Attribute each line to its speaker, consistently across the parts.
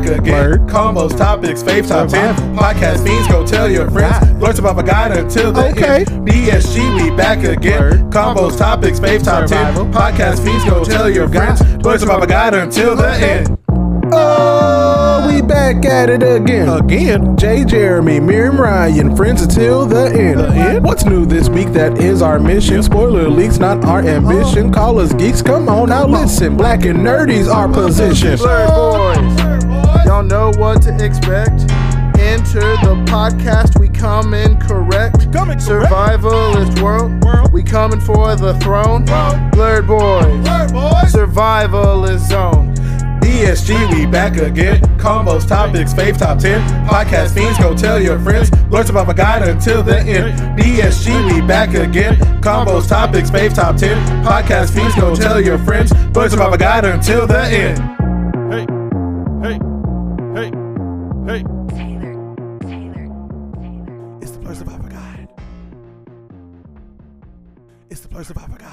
Speaker 1: E again.
Speaker 2: Word.
Speaker 1: Combos, topics, fave top ten.
Speaker 2: Survival.
Speaker 1: Podcast fiends, go tell your friends.
Speaker 2: Right.
Speaker 1: Blurts about Vagina until the
Speaker 2: Okay.
Speaker 1: end. BSG, we back again.
Speaker 2: Word.
Speaker 1: Combos, topics, fave top ten.
Speaker 2: Survival.
Speaker 1: Podcast fiends, go tell your friends. Blurts about Vagina until the end.
Speaker 2: Oh, we back at it again.
Speaker 1: Again.
Speaker 2: Jay, Jeremy, Miriam, Ryan, friends until the end.
Speaker 1: The end?
Speaker 2: What's new this week? That is our mission. Spoiler leaks, not our ambition. Call us geeks, come on now, listen. Black and nerdy's our position.
Speaker 3: Blurred boys. Y'all know what to expect. Enter the podcast. We come in correct.
Speaker 1: coming correct.
Speaker 3: Survivalist world.
Speaker 1: World.
Speaker 3: We coming for the throne.
Speaker 1: Throne.
Speaker 3: Blurred boys.
Speaker 1: Word, boys.
Speaker 3: Survivalist zone.
Speaker 2: E
Speaker 1: BSG, we back again. Combos, topics, fave top 10. Podcast fiends, go tell your friends. Blurts about Vagina until the end.
Speaker 2: E
Speaker 1: BSG, we back again. Combos, topics, fave top 10. Podcast fiends, go tell your friends. Blurts about Vagina until the end.
Speaker 4: Hey, hey, hey, hey.
Speaker 5: Taylor, Taylor, Taylor.
Speaker 1: It's the Blurts about Vagina. It's the Blurts about Vagina.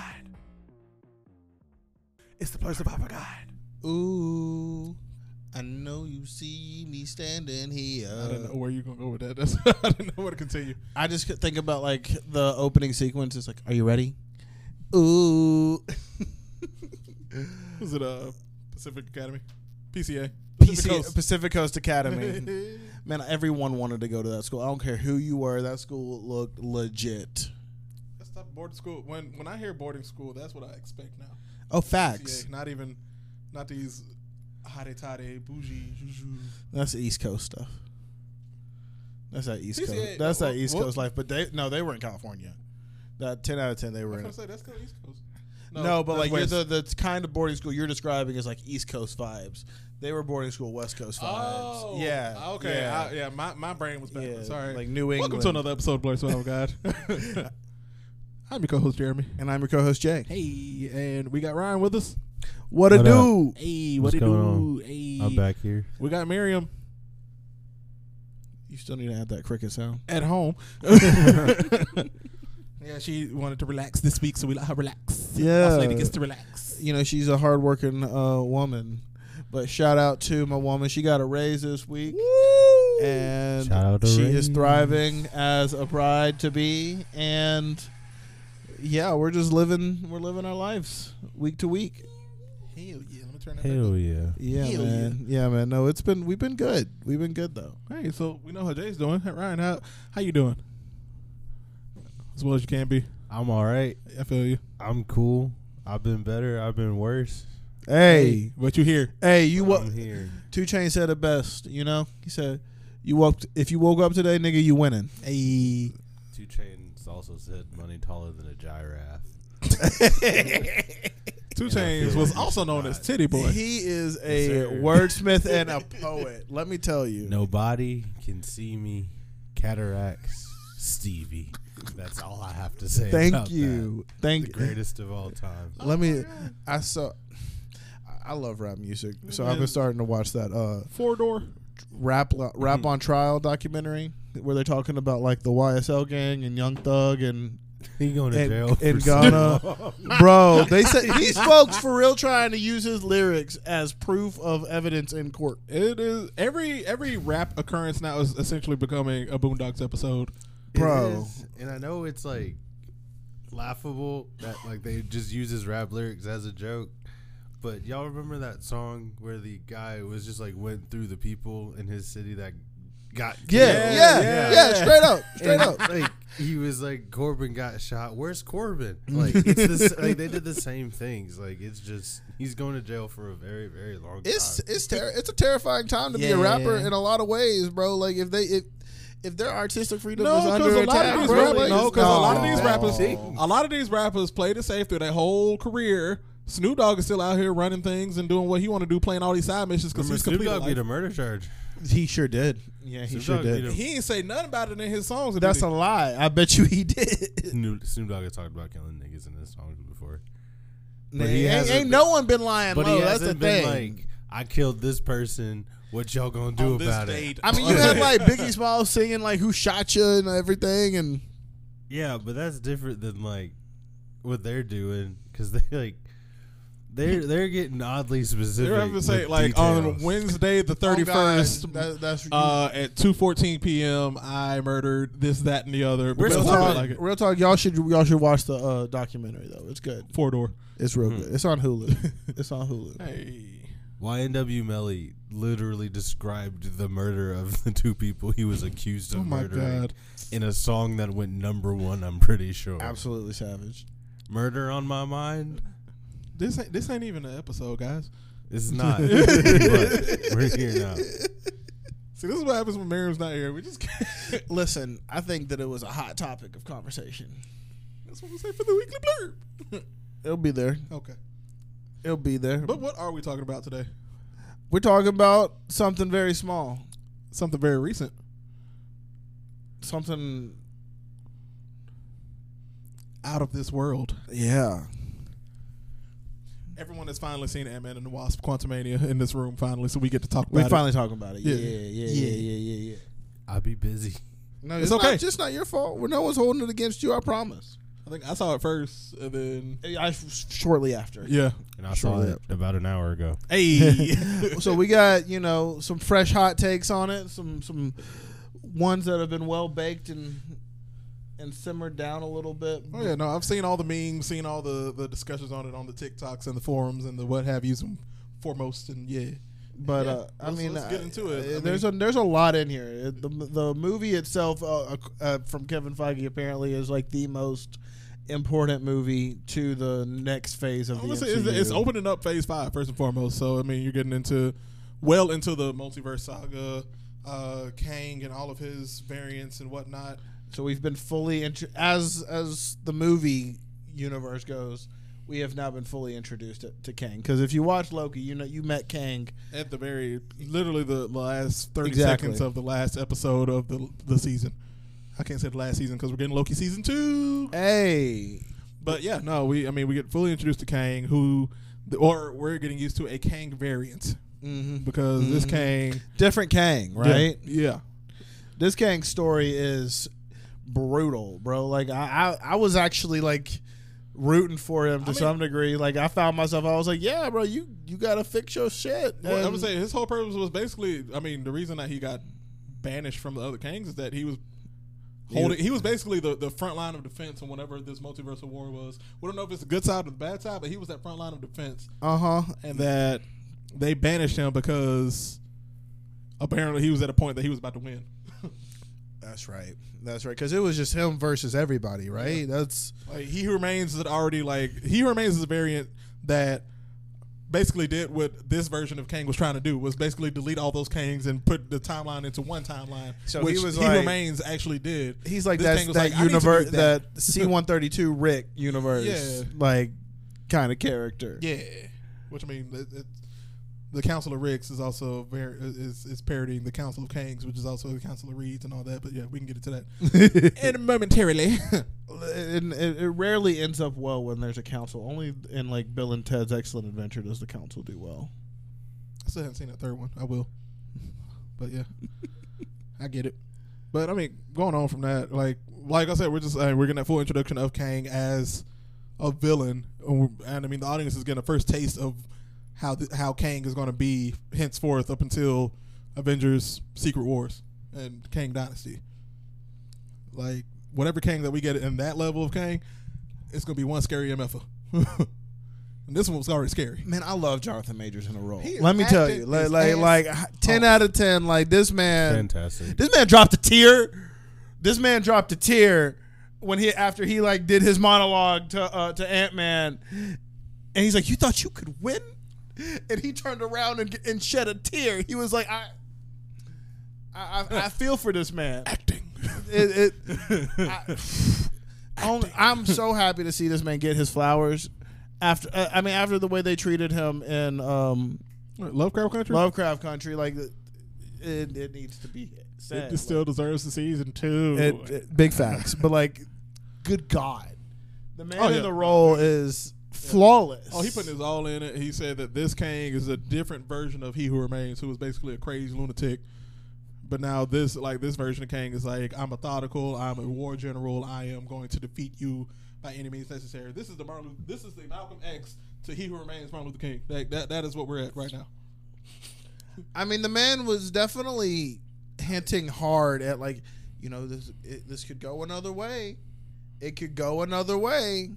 Speaker 1: It's the Blurts about Vagina.
Speaker 6: Ooh, I know you see me standing here.
Speaker 4: I don't know Uh, where you're gonna go with that. That's, I don't know where to continue.
Speaker 6: I just could think about like the opening sequence. It's like, are you ready? Ooh,
Speaker 4: Was it uh, Pacific Academy, PCA,
Speaker 6: PC,
Speaker 4: Pacific Coast.
Speaker 6: Pacific Coast Academy. Man, everyone wanted to go to that school. I don't care who you were. That school looked legit.
Speaker 4: That's not boarding school. When when I hear boarding school, that's what I expect now.
Speaker 6: Oh, facts.
Speaker 4: PCA, not even, not these hotty toddy bougie. juju.
Speaker 6: That's the East Coast stuff. That's that East
Speaker 4: PCA
Speaker 6: Coast. That's that East
Speaker 4: what-
Speaker 6: Coast life. But they no, they were in California. That ten out of ten, they were
Speaker 4: I was
Speaker 6: in.
Speaker 4: gonna say that's still East Coast.
Speaker 6: No, but
Speaker 4: that's
Speaker 6: like you're
Speaker 4: West.
Speaker 6: the the kind of boarding school you're describing is like East Coast vibes. They were boarding school West Coast
Speaker 7: Uh,
Speaker 6: vibes.
Speaker 4: Oh,
Speaker 6: yeah.
Speaker 4: Okay.
Speaker 6: Yeah.
Speaker 4: I, yeah my, my brain was backwards.
Speaker 6: Yeah,
Speaker 4: Sorry.
Speaker 6: like New
Speaker 4: Welcome
Speaker 6: England.
Speaker 4: to another episode of Blurred Sweat. Oh, God. I'm your co host, Jeremy.
Speaker 6: and I'm your co-host Jay.
Speaker 4: Hey, and we got Ryan with us.
Speaker 6: What a
Speaker 7: What
Speaker 6: do?
Speaker 4: Hey,
Speaker 7: What's
Speaker 4: what it
Speaker 7: going
Speaker 4: do?
Speaker 7: on?
Speaker 4: Hey.
Speaker 7: I'm back here.
Speaker 4: We got Miriam
Speaker 6: You still need to add that cricket sound.
Speaker 4: at home. yeah, she wanted to relax this week, so we let her relax.
Speaker 6: Yeah.
Speaker 4: Boss lady gets to relax.
Speaker 6: You know she's a hardworking uh, woman, but shout out to my woman. She got a raise this week. and
Speaker 7: Shout out to
Speaker 6: she
Speaker 7: Ray.
Speaker 6: is thriving as a bride to be and yeah we're just living we're living our lives week to week
Speaker 4: Hell yeah. Let me turn that back
Speaker 7: Hell yeah.
Speaker 6: yeah
Speaker 4: Hell
Speaker 6: man yeah. man no it's been we've been good we've been good though
Speaker 4: up. Hey, so we know how Jay's doing. Hey, Ryan, how how you doing? As well as you can be.
Speaker 7: I'm all right.
Speaker 4: I feel you.
Speaker 7: I'm cool. I've been better. I've been worse.
Speaker 6: hey
Speaker 4: But you here.
Speaker 6: hey you what
Speaker 7: I'm here.
Speaker 6: two chain said it best you know he said you woke if you woke up today nigga you winning hey
Speaker 7: Two Chains also said money taller than a giraffe.
Speaker 4: Two
Speaker 7: And I
Speaker 4: Chains
Speaker 7: feel
Speaker 4: was
Speaker 7: like
Speaker 4: also
Speaker 7: it's
Speaker 4: known
Speaker 7: not.
Speaker 4: as Titty Boy.
Speaker 6: he is
Speaker 7: Yes,
Speaker 6: a
Speaker 7: sir.
Speaker 6: wordsmith and a poet let me tell you
Speaker 7: Nobody can see me. Cataracts. Stevie. That's all I have to say.
Speaker 6: thank
Speaker 7: about
Speaker 6: you
Speaker 7: that.
Speaker 6: thank
Speaker 7: The greatest of all time.
Speaker 6: Let me. I saw. I- I love rap music, so I've been starting to watch that uh,
Speaker 4: Four door.
Speaker 6: rap rap on trial documentary where they're talking about like the YSL gang and Young Thug and
Speaker 7: He going to
Speaker 6: in-
Speaker 7: jail
Speaker 6: in
Speaker 7: for
Speaker 6: Ghana.
Speaker 7: So long.
Speaker 6: bro. They said these folks for real trying to use his lyrics as proof of evidence in court.
Speaker 4: It is every every rap occurrence now is essentially becoming a Boondocks episode.
Speaker 7: It
Speaker 6: Bro.
Speaker 7: is, and I know it's like laughable that like they just use his rap lyrics as a joke. But y'all remember that song where the guy was just like went through the people in his city that got
Speaker 6: Yeah,
Speaker 7: killed?
Speaker 6: yeah, yeah, straight up, straight
Speaker 7: And,
Speaker 6: up.
Speaker 7: like he was like Corbin got shot. Where's Corbin?
Speaker 6: Mm-hmm.
Speaker 7: Like it's this like they did the same things. Like it's just he's going to jail for a very very long
Speaker 6: It's
Speaker 7: time.
Speaker 6: it's ter- it's a terrifying time to be a
Speaker 4: Yeah.
Speaker 6: rapper in a lot of ways, bro. Like if they if if their artistic freedom is under
Speaker 4: a
Speaker 6: attack,
Speaker 4: lot of these
Speaker 6: bro,
Speaker 4: rappers,
Speaker 6: like,
Speaker 4: no, 'cause a lot of
Speaker 6: no.
Speaker 4: these rappers, a lot of these rappers played it safe through their whole career. Snoop Dogg is still out here running things and doing what he want to do, playing all these side missions because
Speaker 7: Remember
Speaker 4: he's
Speaker 7: Snoop
Speaker 4: completed.
Speaker 7: Dogg
Speaker 4: like-
Speaker 7: beat a murder charge.
Speaker 6: He sure did. Yeah, he
Speaker 7: Snoop
Speaker 6: sure
Speaker 7: Dogg
Speaker 6: did.
Speaker 7: beat him.
Speaker 4: He ain't say nothing about it in his songs. did
Speaker 6: That's
Speaker 4: he?
Speaker 6: a lie. I bet you he did.
Speaker 7: Snoop Snoop Dogg has talked about killing niggas in his songs before.
Speaker 6: Nah,
Speaker 7: he
Speaker 6: ain't,
Speaker 7: hasn't
Speaker 6: ain't
Speaker 7: been-
Speaker 6: no one been lying
Speaker 7: But
Speaker 6: low.
Speaker 7: he
Speaker 6: That's the
Speaker 7: hasn't been
Speaker 6: thing.
Speaker 7: like, I killed this person. What y'all gonna do
Speaker 4: On this
Speaker 7: about
Speaker 4: date.
Speaker 7: it?
Speaker 6: I mean, you had like Biggie Smalls singing like "Who shot you" and everything, and
Speaker 7: Yeah, but that's different than like what they're doing because they like They're they're getting oddly specific.
Speaker 4: They're having to say
Speaker 7: with
Speaker 4: like on
Speaker 7: details.
Speaker 4: Wednesday the thirty first.
Speaker 6: Oh, God. That- that's
Speaker 4: uh, at two fourteen p.m. I murdered this, that, and the other.
Speaker 6: real,
Speaker 4: Because I
Speaker 6: talk,
Speaker 4: like it.
Speaker 6: real talk. Y'all should y'all should watch the uh, documentary though. It's good.
Speaker 4: Four door.
Speaker 6: It's real good. It's on Hulu. it's on Hulu.
Speaker 4: Hey.
Speaker 7: YNW Melly literally described the murder of the two people he was accused
Speaker 4: Oh
Speaker 7: of
Speaker 6: my
Speaker 7: murdering
Speaker 6: God.
Speaker 7: in a song that went number one. I'm pretty sure.
Speaker 6: Absolutely savage.
Speaker 7: Murder on my mind.
Speaker 4: This ain't this ain't even an episode, guys.
Speaker 7: It's not. but we're here now.
Speaker 4: See, this is what happens when Miriam's not here. We just can't.
Speaker 6: Listen, I think that it was a hot topic of conversation.
Speaker 4: that's what we say for the weekly blurb.
Speaker 6: It'll be there.
Speaker 4: okay,
Speaker 6: It'll be there.
Speaker 4: but what are we talking about today?
Speaker 6: We're talking about something very small.
Speaker 4: Something very recent.
Speaker 6: Something
Speaker 4: Out of this world.
Speaker 6: yeah.
Speaker 4: Everyone has finally seen Ant Man and the Wasp: Quantumania in this room finally, so we get to talk
Speaker 6: We
Speaker 4: about
Speaker 6: finally talking about it. Yeah,
Speaker 4: Yeah.
Speaker 6: yeah, yeah, yeah, yeah, yeah.
Speaker 7: I'll be busy.
Speaker 6: No,
Speaker 4: It's
Speaker 6: it's,
Speaker 4: okay.
Speaker 6: Not, just not your fault. Well, No one's holding it against you. I promise.
Speaker 4: it. I think I saw it first, and then
Speaker 6: I, shortly after.
Speaker 4: yeah.
Speaker 7: And I
Speaker 6: Sure
Speaker 7: saw
Speaker 6: will.
Speaker 7: it about an hour ago.
Speaker 4: Hey,
Speaker 6: so we got you know some fresh hot takes on it, some some ones that have been well baked and and simmered down a little bit.
Speaker 4: Oh yeah, no, I've seen all the memes, seen all the the discussions on it on the TikToks and the forums and the what have yous, and foremost and yeah.
Speaker 6: But
Speaker 4: Yeah,
Speaker 6: uh, I
Speaker 4: let's-
Speaker 6: mean,
Speaker 4: let's get
Speaker 6: I-
Speaker 4: into it.
Speaker 6: uh,
Speaker 4: I
Speaker 6: there's a there's a lot in here. It- The the movie itself, uh, uh, uh, from Kevin Feige, apparently is like the most important movie to the next phase of the
Speaker 4: Honestly,
Speaker 6: MCU.
Speaker 4: it's, it's opening up Phase Five first and foremost. So I mean, you're getting into well into the multiverse saga, uh, Kang and all of his variants and whatnot.
Speaker 6: So we've been fully intro- as as the movie universe goes. We have now been fully introduced to, to Kang because if you watch Loki, you know you met Kang
Speaker 4: At the very, literally the last thirty
Speaker 6: Exactly.
Speaker 4: seconds of the last episode of the the season. I can't say the last season because we're getting Loki season two.
Speaker 6: Hey,
Speaker 4: But yeah, no, we I mean we get fully introduced to Kang, who, or we're getting used to a Kang variant because this Kang,
Speaker 6: different Kang, Mm-hmm. right?
Speaker 4: Yeah,
Speaker 6: This Kang story is brutal, bro. Like I, I, I was actually like rooting for him to some degree. Like I found myself, I was like, yeah, bro, you you gotta fix your shit.
Speaker 4: Well, I
Speaker 6: And
Speaker 4: would say his whole purpose was basically, I mean, the reason that he got banished from the other Kangs is that he was holding. He was basically the, the front line of defense on whatever this multiversal war was. We don't know if it's the good side or the bad side, but he was that front line of defense,
Speaker 6: uh huh.
Speaker 4: and that they banished him because apparently he was at a point that he was about to win.
Speaker 6: That's right. That's right. Because it was just him versus everybody, right? That's
Speaker 4: Like he remains that already like he remains as a variant that basically did what this version of Kang was trying to do was basically delete all those Kangs and put the timeline into one timeline.
Speaker 6: So
Speaker 4: which
Speaker 6: he was
Speaker 4: he
Speaker 6: like-
Speaker 4: remains actually did.
Speaker 6: he's like
Speaker 4: This
Speaker 6: that's
Speaker 4: Kang was
Speaker 6: that
Speaker 4: like, I need to
Speaker 6: universe
Speaker 4: do
Speaker 6: that
Speaker 4: that.
Speaker 6: C one thirty two Rick universe,
Speaker 4: Yeah.
Speaker 6: like kind of character.
Speaker 4: Yeah, which I mean, it, it, the Council of Ricks is also very is is parodying the Council of Kangs, which is also the Council of Reeds and all that. But yeah, we can get into that and momentarily.
Speaker 6: and it, it rarely ends up well when there's a council. Only in like Bill and Ted's Excellent Adventure does the council do well.
Speaker 4: I still haven't seen that third one. I will. But yeah, I get it. But I mean, going on from that, like like I said, we're just uh, we're getting that full introduction of Kang as a villain, and I mean the audience is getting a first taste of how th- how Kang is going to be henceforth up until Avengers: Secret Wars and Kang Dynasty. Like whatever Kang that we get in that level of Kang, it's going to be one scary mf'er. and this one was already scary.
Speaker 6: Man, I love Jonathan Majors in a role.
Speaker 4: He
Speaker 6: Let me tell
Speaker 4: acted
Speaker 6: you, like
Speaker 4: his
Speaker 6: like,
Speaker 4: ass
Speaker 6: like ten out of ten. Like this man,
Speaker 7: Fantastic.
Speaker 6: this man dropped a tear. This man dropped a tear when he after he like did his monologue to uh, to Ant Man, and he's like, "You thought you could win," and he turned around and, and shed a tear. He was like, "I." I, I, I feel for this man. It, it, I, only, I'm so happy to see this man get his flowers. After uh, I mean, after the way they treated him in um,
Speaker 4: Lovecraft Country.
Speaker 6: Lovecraft Country, like it, it needs to be said.
Speaker 4: It still deserves the season two.
Speaker 6: It- it- big facts, but like, good God, the man
Speaker 4: Oh, yeah.
Speaker 6: in the role is flawless.
Speaker 4: oh, he put his all in it. He said that this Kang is a different version of He Who Remains, who was basically a crazy lunatic. But now this, like this version of Kang, is like I'm methodical. I'm a war general. I am going to defeat you by any means necessary. This is the Martin. Luther, this is the Malcolm X to He Who Remains Martin Luther King. Like that. That is what we're at right now.
Speaker 6: I mean, the man was definitely hinting hard at like, you know, this it, this could go another way. It could go another way.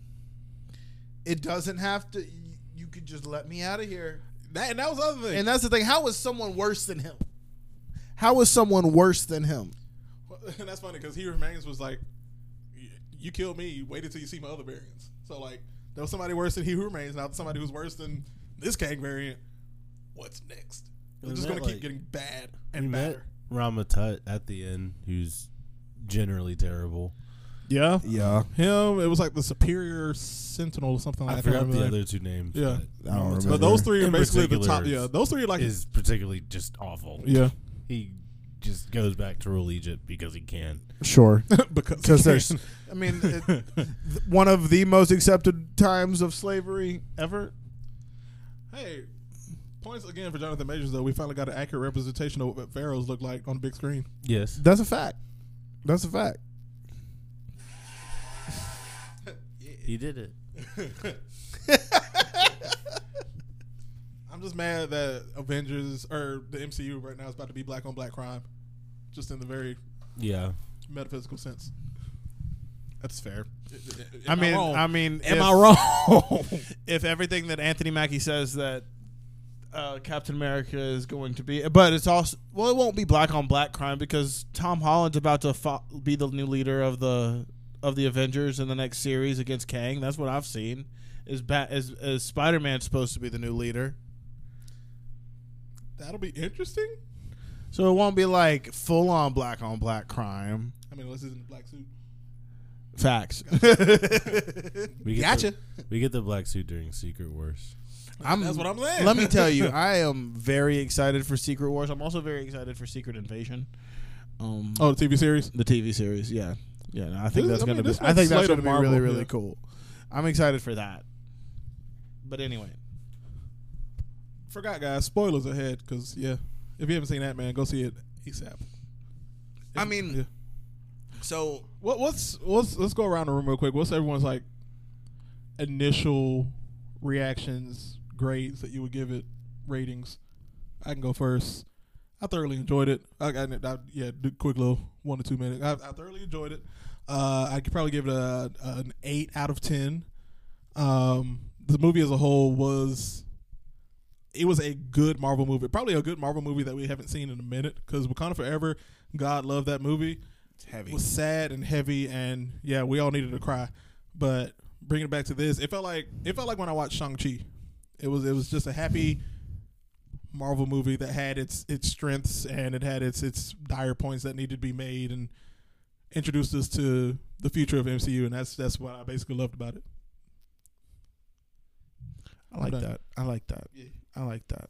Speaker 6: It doesn't have to. You, you could just let me out of here.
Speaker 4: That, and that was the other thing.
Speaker 6: And that's the thing. How is someone worse than him? How is someone worse than him?
Speaker 4: Well, and that's funny because he remains was like, "Y- "You killed me. You waited till you see my other variants." So like, there was somebody worse than he who remains, now somebody who's worse than this Kang variant. What's next? They're
Speaker 7: Isn't
Speaker 4: just gonna
Speaker 7: that,
Speaker 4: keep
Speaker 7: like-
Speaker 4: getting bad
Speaker 7: We
Speaker 4: and
Speaker 7: met
Speaker 4: better.
Speaker 7: Rama Tut at the end, who's generally terrible.
Speaker 4: Yeah,
Speaker 3: Yeah,
Speaker 4: him. It was like the Superior Sentinel or something. like
Speaker 7: I,
Speaker 4: that.
Speaker 7: forgot
Speaker 4: Remember
Speaker 7: the
Speaker 4: that?
Speaker 7: other two names.
Speaker 4: Yeah.
Speaker 3: I don't remember.
Speaker 4: But those three are
Speaker 7: In
Speaker 4: basically the
Speaker 7: particular
Speaker 4: top. Yeah, those three are
Speaker 7: but
Speaker 4: like
Speaker 7: is particularly just awful.
Speaker 4: yeah
Speaker 7: he just goes back to rule Egypt because he can.
Speaker 3: sure.
Speaker 4: because
Speaker 3: Because there's
Speaker 6: I mean, it, th- one of the most accepted times of slavery ever.
Speaker 4: hey. Points again for Jonathan Majors though. We finally got an accurate representation of what pharaohs look like on big screen.
Speaker 7: Yes,
Speaker 6: That's a fact. That's a fact.
Speaker 7: he did it.
Speaker 4: I'm just mad that Avengers or the MCU right now is about to be black on black crime, just in the very
Speaker 7: Yeah,
Speaker 4: metaphysical sense. That's fair.
Speaker 6: I mean, I mean,
Speaker 4: am
Speaker 6: if-
Speaker 4: I wrong?
Speaker 6: if everything that Anthony Mackie says that uh, Captain America is going to be, but it's also well, it won't be black on black crime because Tom Holland's about to fo- be the new leader of the of the Avengers in the next series against Kang. That's what I've seen. Is bat is, is Spider Man supposed to be the new leader?
Speaker 4: That'll be interesting.
Speaker 6: So it won't be like full on black on black crime.
Speaker 4: I mean, unless he's in a black suit.
Speaker 6: Facts.
Speaker 7: we get
Speaker 6: Gotcha.
Speaker 7: The, we get the black suit during Secret Wars.
Speaker 6: I'm,
Speaker 4: That's what I'm saying.
Speaker 6: Let me tell you, I am very excited for Secret Wars. I'm also very excited for Secret Invasion. Um,
Speaker 4: Oh, the TV series.
Speaker 6: the TV series. Yeah, yeah. no, I think
Speaker 4: This-
Speaker 6: that's
Speaker 4: I mean,
Speaker 6: gonna
Speaker 4: this
Speaker 6: be. I
Speaker 4: next
Speaker 6: think
Speaker 4: slate
Speaker 6: that's gonna
Speaker 4: of
Speaker 6: be
Speaker 4: Marvel,
Speaker 6: really, really
Speaker 4: yeah.
Speaker 6: cool. I'm excited for that. But anyway,
Speaker 4: Forgot, guys. Spoilers ahead, because yeah, if you haven't seen that, man, go see it ASAP.
Speaker 6: I mean,
Speaker 4: yeah.
Speaker 6: so
Speaker 4: What, what's what's let's go around the room real quick. What's everyone's like initial reactions, grades that you would give it, ratings? I can go first. I thoroughly enjoyed it. I, I, I yeah, do quick little one to two minute. I, I thoroughly enjoyed it. Uh, I could probably give it a, an eight out of ten. Um, the movie as a whole was it was a good Marvel movie. Probably a good Marvel movie that we haven't seen in a minute because Wakanda Forever. God love that movie.
Speaker 3: heavy.
Speaker 4: Was sad and heavy, and yeah, we all needed to cry. But bringing it back to this, it felt like it felt like when I watched Shang Chi. It was it was just a happy Marvel movie that had its its strengths and it had its its dire points that needed to be made and introduced us to the future of MCU, and that's that's what I basically loved about it.
Speaker 6: I like
Speaker 4: Done.
Speaker 6: that. I like that.
Speaker 4: Yeah.
Speaker 6: I like that.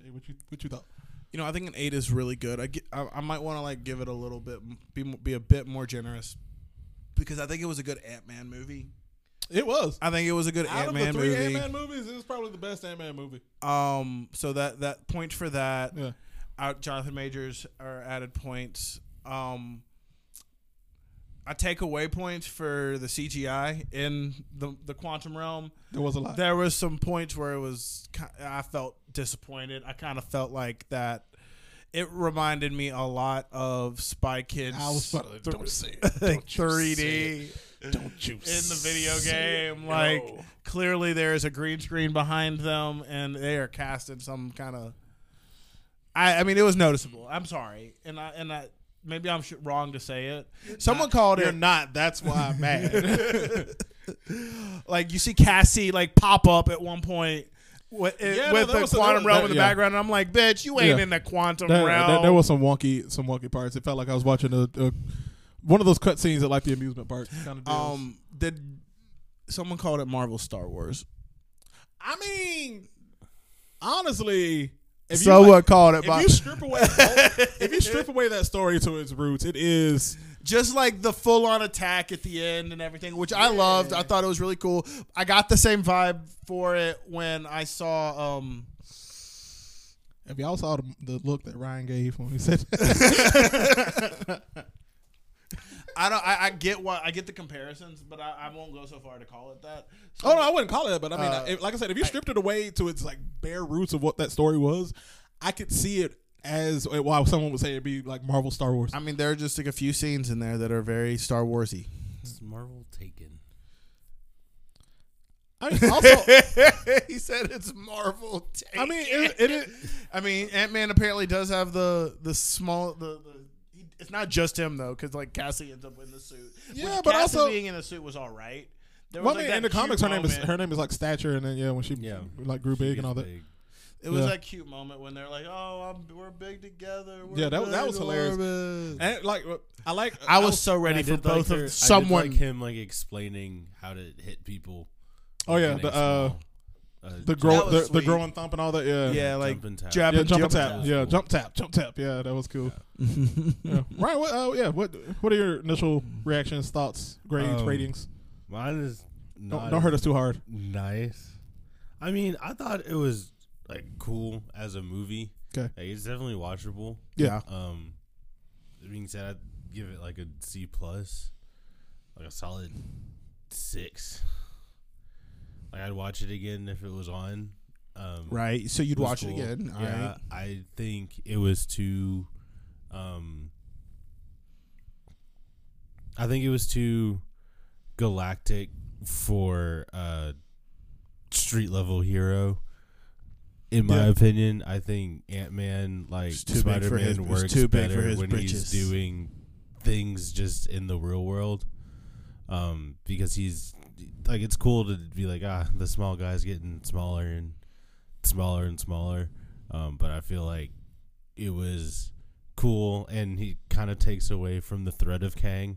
Speaker 4: Jay, what you what you thought?
Speaker 6: You know, I think an eight is really good. I, get, I, I might want to like give it a little bit, be mo- be a bit more generous, because I think it was a good Ant Man movie.
Speaker 4: It was
Speaker 6: I think it was a good
Speaker 4: out
Speaker 6: Ant
Speaker 4: of
Speaker 6: Man
Speaker 4: the three
Speaker 6: movie.
Speaker 4: Ant Man movies, it was probably the best Ant Man movie.
Speaker 6: Um, so that that point for that.
Speaker 4: Yeah.
Speaker 6: out Jonathan Majors are added points. Um, I take away points for the CGI in the the quantum realm.
Speaker 4: There was a lot.
Speaker 6: There was some points where it was ki- I felt disappointed. I kind of felt like that. It reminded me a lot of Spy Kids.
Speaker 4: I was about to- don't say it.
Speaker 6: like 3D
Speaker 4: Don't you
Speaker 6: in
Speaker 4: in
Speaker 6: the video game. Like clearly there is a green screen behind them, and they are cast in some kind of. I, I mean, it was noticeable. I'm sorry, and I and I maybe I'm sh- wrong to say it. Someone called it.
Speaker 4: not. That's why I'm mad.
Speaker 6: like you see Cassie like pop up at one point. With,
Speaker 4: Yeah, no,
Speaker 6: with
Speaker 4: that
Speaker 6: the
Speaker 4: was-
Speaker 6: quantum
Speaker 4: that-
Speaker 6: realm
Speaker 4: that-
Speaker 6: in the
Speaker 4: yeah.
Speaker 6: background, and I'm like, "Bitch, you ain't
Speaker 4: Yeah.
Speaker 6: in the quantum
Speaker 4: There-
Speaker 6: realm."
Speaker 4: there, there was some wonky, some wonky parts. It felt like I was watching a, a one of those cut scenes at like the amusement park. Kind of
Speaker 6: um, did someone called it Marvel Star Wars?
Speaker 4: I mean, honestly, if
Speaker 6: So
Speaker 4: you, like,
Speaker 6: what called it?
Speaker 4: If
Speaker 6: by-
Speaker 4: you strip away, if you strip away that story to its roots, it is
Speaker 6: just like the full on attack at the end and everything, which I loved. I thought it was really cool. I got the same vibe for it when I saw. Um,
Speaker 4: If y'all saw the, the look that Ryan gave when he said that,
Speaker 6: I don't. I, I get what I get the comparisons, but I, I won't go so far to call it that. So,
Speaker 4: Oh no, I wouldn't call it that, but I mean,
Speaker 6: Uh,
Speaker 4: if, like I said, if you stripped it away to its like bare roots of what that story was, I could see it as well. Someone would say it'd be like Marvel Star Wars.
Speaker 6: I mean, there are just like a few scenes in there that are very Star Warsy.
Speaker 7: It's Marvel taken.
Speaker 4: I mean, also,
Speaker 6: he said it's Marvel. Take
Speaker 4: I mean, it, it, it,
Speaker 6: I mean, Ant Man apparently does have the the small the. the he- it's not just him though, because like Cassie ends up in the suit. Which
Speaker 4: Yeah, but
Speaker 6: Cassie
Speaker 4: also-
Speaker 6: being in the suit was all right. There
Speaker 4: well,
Speaker 6: was,
Speaker 4: I
Speaker 6: like,
Speaker 4: mean, in the
Speaker 6: that cute
Speaker 4: comics, her name is
Speaker 6: moment.
Speaker 4: her name is like Stature, and then yeah, when she
Speaker 7: Yeah.
Speaker 4: like grew big and all that.
Speaker 6: It was
Speaker 4: Yeah.
Speaker 6: that cute moment when they're like, "Oh, I'm, we're big together." We're
Speaker 4: Yeah, that
Speaker 6: big,
Speaker 4: that was hilarious.
Speaker 6: we're big."
Speaker 4: And like, I like
Speaker 6: I was so ready for both of someone.
Speaker 7: like him like explaining how to hit people.
Speaker 4: Oh, yeah, the, uh, the grow
Speaker 6: That
Speaker 4: the,
Speaker 6: was
Speaker 4: the
Speaker 6: sweet.
Speaker 4: grow and thump and all that. Yeah,
Speaker 6: yeah, like
Speaker 7: jump and tap.
Speaker 6: jab
Speaker 4: yeah,
Speaker 6: and
Speaker 4: jump and
Speaker 6: jump
Speaker 4: tap.
Speaker 7: tap.
Speaker 4: Yeah,
Speaker 7: Cool.
Speaker 4: jump tap, jump tap. Yeah, that was cool. Yeah. Ryan, what? Uh, yeah, what? What are your initial reactions, thoughts, grades,
Speaker 7: Um,
Speaker 4: ratings?
Speaker 7: Mine is
Speaker 4: Don't,
Speaker 7: not
Speaker 4: don't hurt us too hard.
Speaker 7: Nice. I mean, I thought it was like cool as a movie.
Speaker 4: 'Kay.
Speaker 7: Like, it's definitely watchable.
Speaker 4: Yeah.
Speaker 7: Um, that being said, I'd give it like a C plus, like a solid six. Like I'd watch it again if it was on. Um,
Speaker 6: Right, so you'd
Speaker 7: was
Speaker 6: watch it
Speaker 7: cool.
Speaker 6: again. All right.
Speaker 7: yeah, I think it was too. Um, I think it was too galactic for uh, street level hero. In my
Speaker 4: Yeah.
Speaker 7: opinion, I think Ant Man like
Speaker 6: It's too big for
Speaker 7: Spider
Speaker 6: his-
Speaker 7: Man
Speaker 6: it's
Speaker 7: works
Speaker 6: too big for
Speaker 7: better
Speaker 6: his
Speaker 7: when
Speaker 6: britches.
Speaker 7: he's doing things just in the real world. Um, because he's like it's cool to be like ah the small guy's getting smaller and smaller and smaller. Um, but I feel like it was cool, and he kind of takes away from the threat of Kang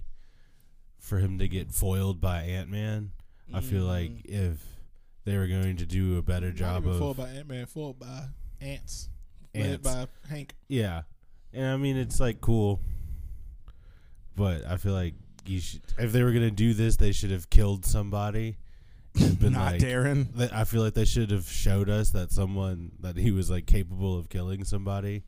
Speaker 7: for him to get foiled by Ant Man. I feel like if they were going to do a better job
Speaker 4: Mm. Not even
Speaker 7: of
Speaker 4: fooled by Ant Man, fooled by ants. Led
Speaker 7: Ants.
Speaker 4: by Hank.
Speaker 7: yeah, and I mean it's like cool, but I feel like you should if they were gonna do this, they should have killed somebody. and been
Speaker 6: Not
Speaker 7: like-
Speaker 6: Darren.
Speaker 7: that I feel like they should have showed us that someone that he was like capable of killing somebody.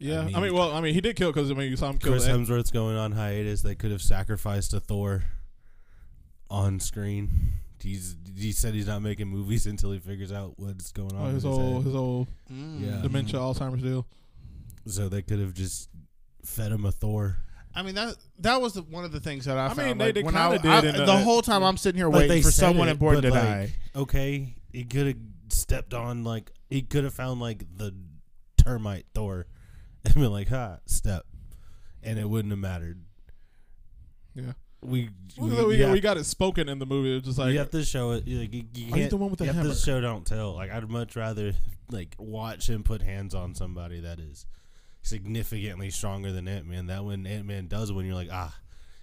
Speaker 4: Yeah, I mean,
Speaker 7: mean-
Speaker 4: well, I mean, he did kill because I mean, you saw him kill.
Speaker 7: Chris
Speaker 4: Ant-
Speaker 7: Hemsworth's going on hiatus. They could have sacrificed a Thor on screen. He's he said he's not making movies until he figures out what's going on.
Speaker 4: oh,
Speaker 7: in
Speaker 4: his
Speaker 7: his
Speaker 4: old
Speaker 7: head.
Speaker 4: his old Mm.
Speaker 7: yeah. Mm-hmm.
Speaker 4: dementia, Alzheimer's deal.
Speaker 7: So they could have just fed him a Thor.
Speaker 6: I mean that that was the, one of the things that I,
Speaker 4: mean,
Speaker 6: found.
Speaker 4: they-
Speaker 6: like,
Speaker 4: they
Speaker 6: when
Speaker 4: kinda
Speaker 6: I,
Speaker 4: did
Speaker 6: I-
Speaker 4: in
Speaker 6: the,
Speaker 4: the-
Speaker 6: whole time I'm sitting here
Speaker 7: Like,
Speaker 6: waiting
Speaker 7: they
Speaker 6: for
Speaker 7: said
Speaker 6: someone
Speaker 7: it,
Speaker 6: important to
Speaker 7: but,
Speaker 6: die.
Speaker 7: like, Okay, he could have stepped on like he could have found like the termite Thor and been like, "Ha, step," and it wouldn't have mattered.
Speaker 4: Yeah.
Speaker 7: we
Speaker 4: We,
Speaker 7: we,
Speaker 4: we,
Speaker 7: you have,
Speaker 4: we got it spoken in the movie. It was just like
Speaker 7: you have to show it. You, like, you, you
Speaker 4: Are you
Speaker 7: can't-
Speaker 4: the one with the
Speaker 7: you have to
Speaker 4: hammer?
Speaker 7: show don't tell. Like I'd much rather like watch him put hands on somebody that is significantly stronger than Ant Man. That when Ant Man does when you're like ah.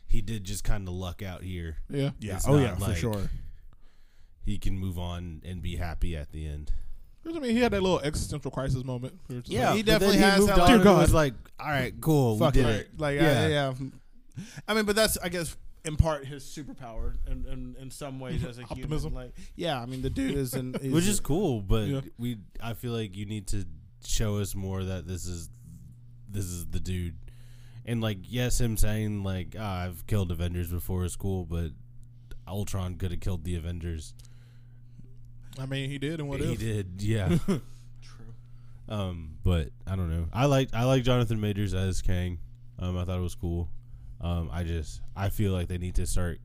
Speaker 7: He did just kind of luck out here.
Speaker 4: yeah,
Speaker 6: Yeah.
Speaker 7: It's
Speaker 6: oh
Speaker 7: not
Speaker 6: yeah, for
Speaker 7: like-
Speaker 6: sure.
Speaker 7: He can move on and be happy at the end.
Speaker 4: I mean, he had that little existential crisis moment. where it's just like,
Speaker 6: he
Speaker 7: but then
Speaker 6: definitely has
Speaker 7: moved
Speaker 6: that,
Speaker 7: on
Speaker 6: like-
Speaker 7: and
Speaker 6: Dear
Speaker 7: was
Speaker 6: God.
Speaker 7: like, all right, cool,
Speaker 6: Fuck
Speaker 7: we did
Speaker 6: it.
Speaker 7: it.
Speaker 6: Like yeah. I, yeah. I mean, but that's I guess in part his superpower, and in, in, some ways as a
Speaker 4: Optimism.
Speaker 6: human. Like yeah, I mean the dude is an is-
Speaker 7: which is cool. But
Speaker 4: Yeah.
Speaker 7: we, I feel like you need to show us more that this is this is the dude. And like, yes, him saying like, ah, I've killed Avengers before is cool, but Ultron could have killed the Avengers.
Speaker 4: I mean, he did, and what
Speaker 7: he
Speaker 4: if?
Speaker 7: did, yeah. True. Um, but I don't know. I like I like Jonathan Majors as Kang. Um, I thought it was cool. Um, I just I feel like they need to start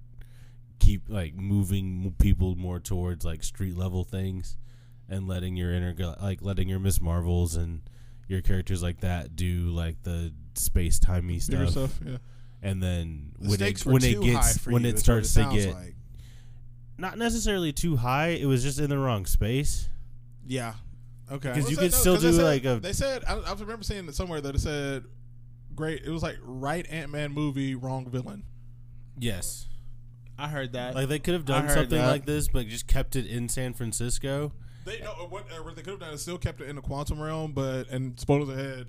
Speaker 7: keep like moving m- people more towards like street level things, and letting your inner like letting your Miss Marvels and your characters like that do like the space timey
Speaker 4: Bigger
Speaker 7: stuff.
Speaker 4: stuff. Yeah,
Speaker 7: and then
Speaker 6: the
Speaker 7: when
Speaker 6: stakes
Speaker 7: it
Speaker 6: were
Speaker 7: when it
Speaker 6: too high
Speaker 7: gets
Speaker 6: for
Speaker 7: when
Speaker 6: you,
Speaker 7: it
Speaker 6: is what
Speaker 7: starts to
Speaker 6: sounds
Speaker 7: get
Speaker 6: like.
Speaker 7: not necessarily too high, it was just in the wrong space.
Speaker 6: yeah. Okay.
Speaker 7: Because you
Speaker 4: Well,
Speaker 7: could
Speaker 4: so- no,
Speaker 7: still
Speaker 4: 'cause they
Speaker 7: do
Speaker 4: said-
Speaker 7: like a
Speaker 4: They said I, I remember seeing it somewhere that it said, "Great." It was like right Ant Man movie, wrong villain.
Speaker 7: yes.
Speaker 6: I heard that.
Speaker 7: Like they could have
Speaker 6: I
Speaker 7: done
Speaker 6: heard
Speaker 7: something
Speaker 6: that.
Speaker 7: like this, but just kept it in San Francisco.
Speaker 4: They know what, uh, what they could have done is still kept it in the quantum realm, but and spoilers ahead,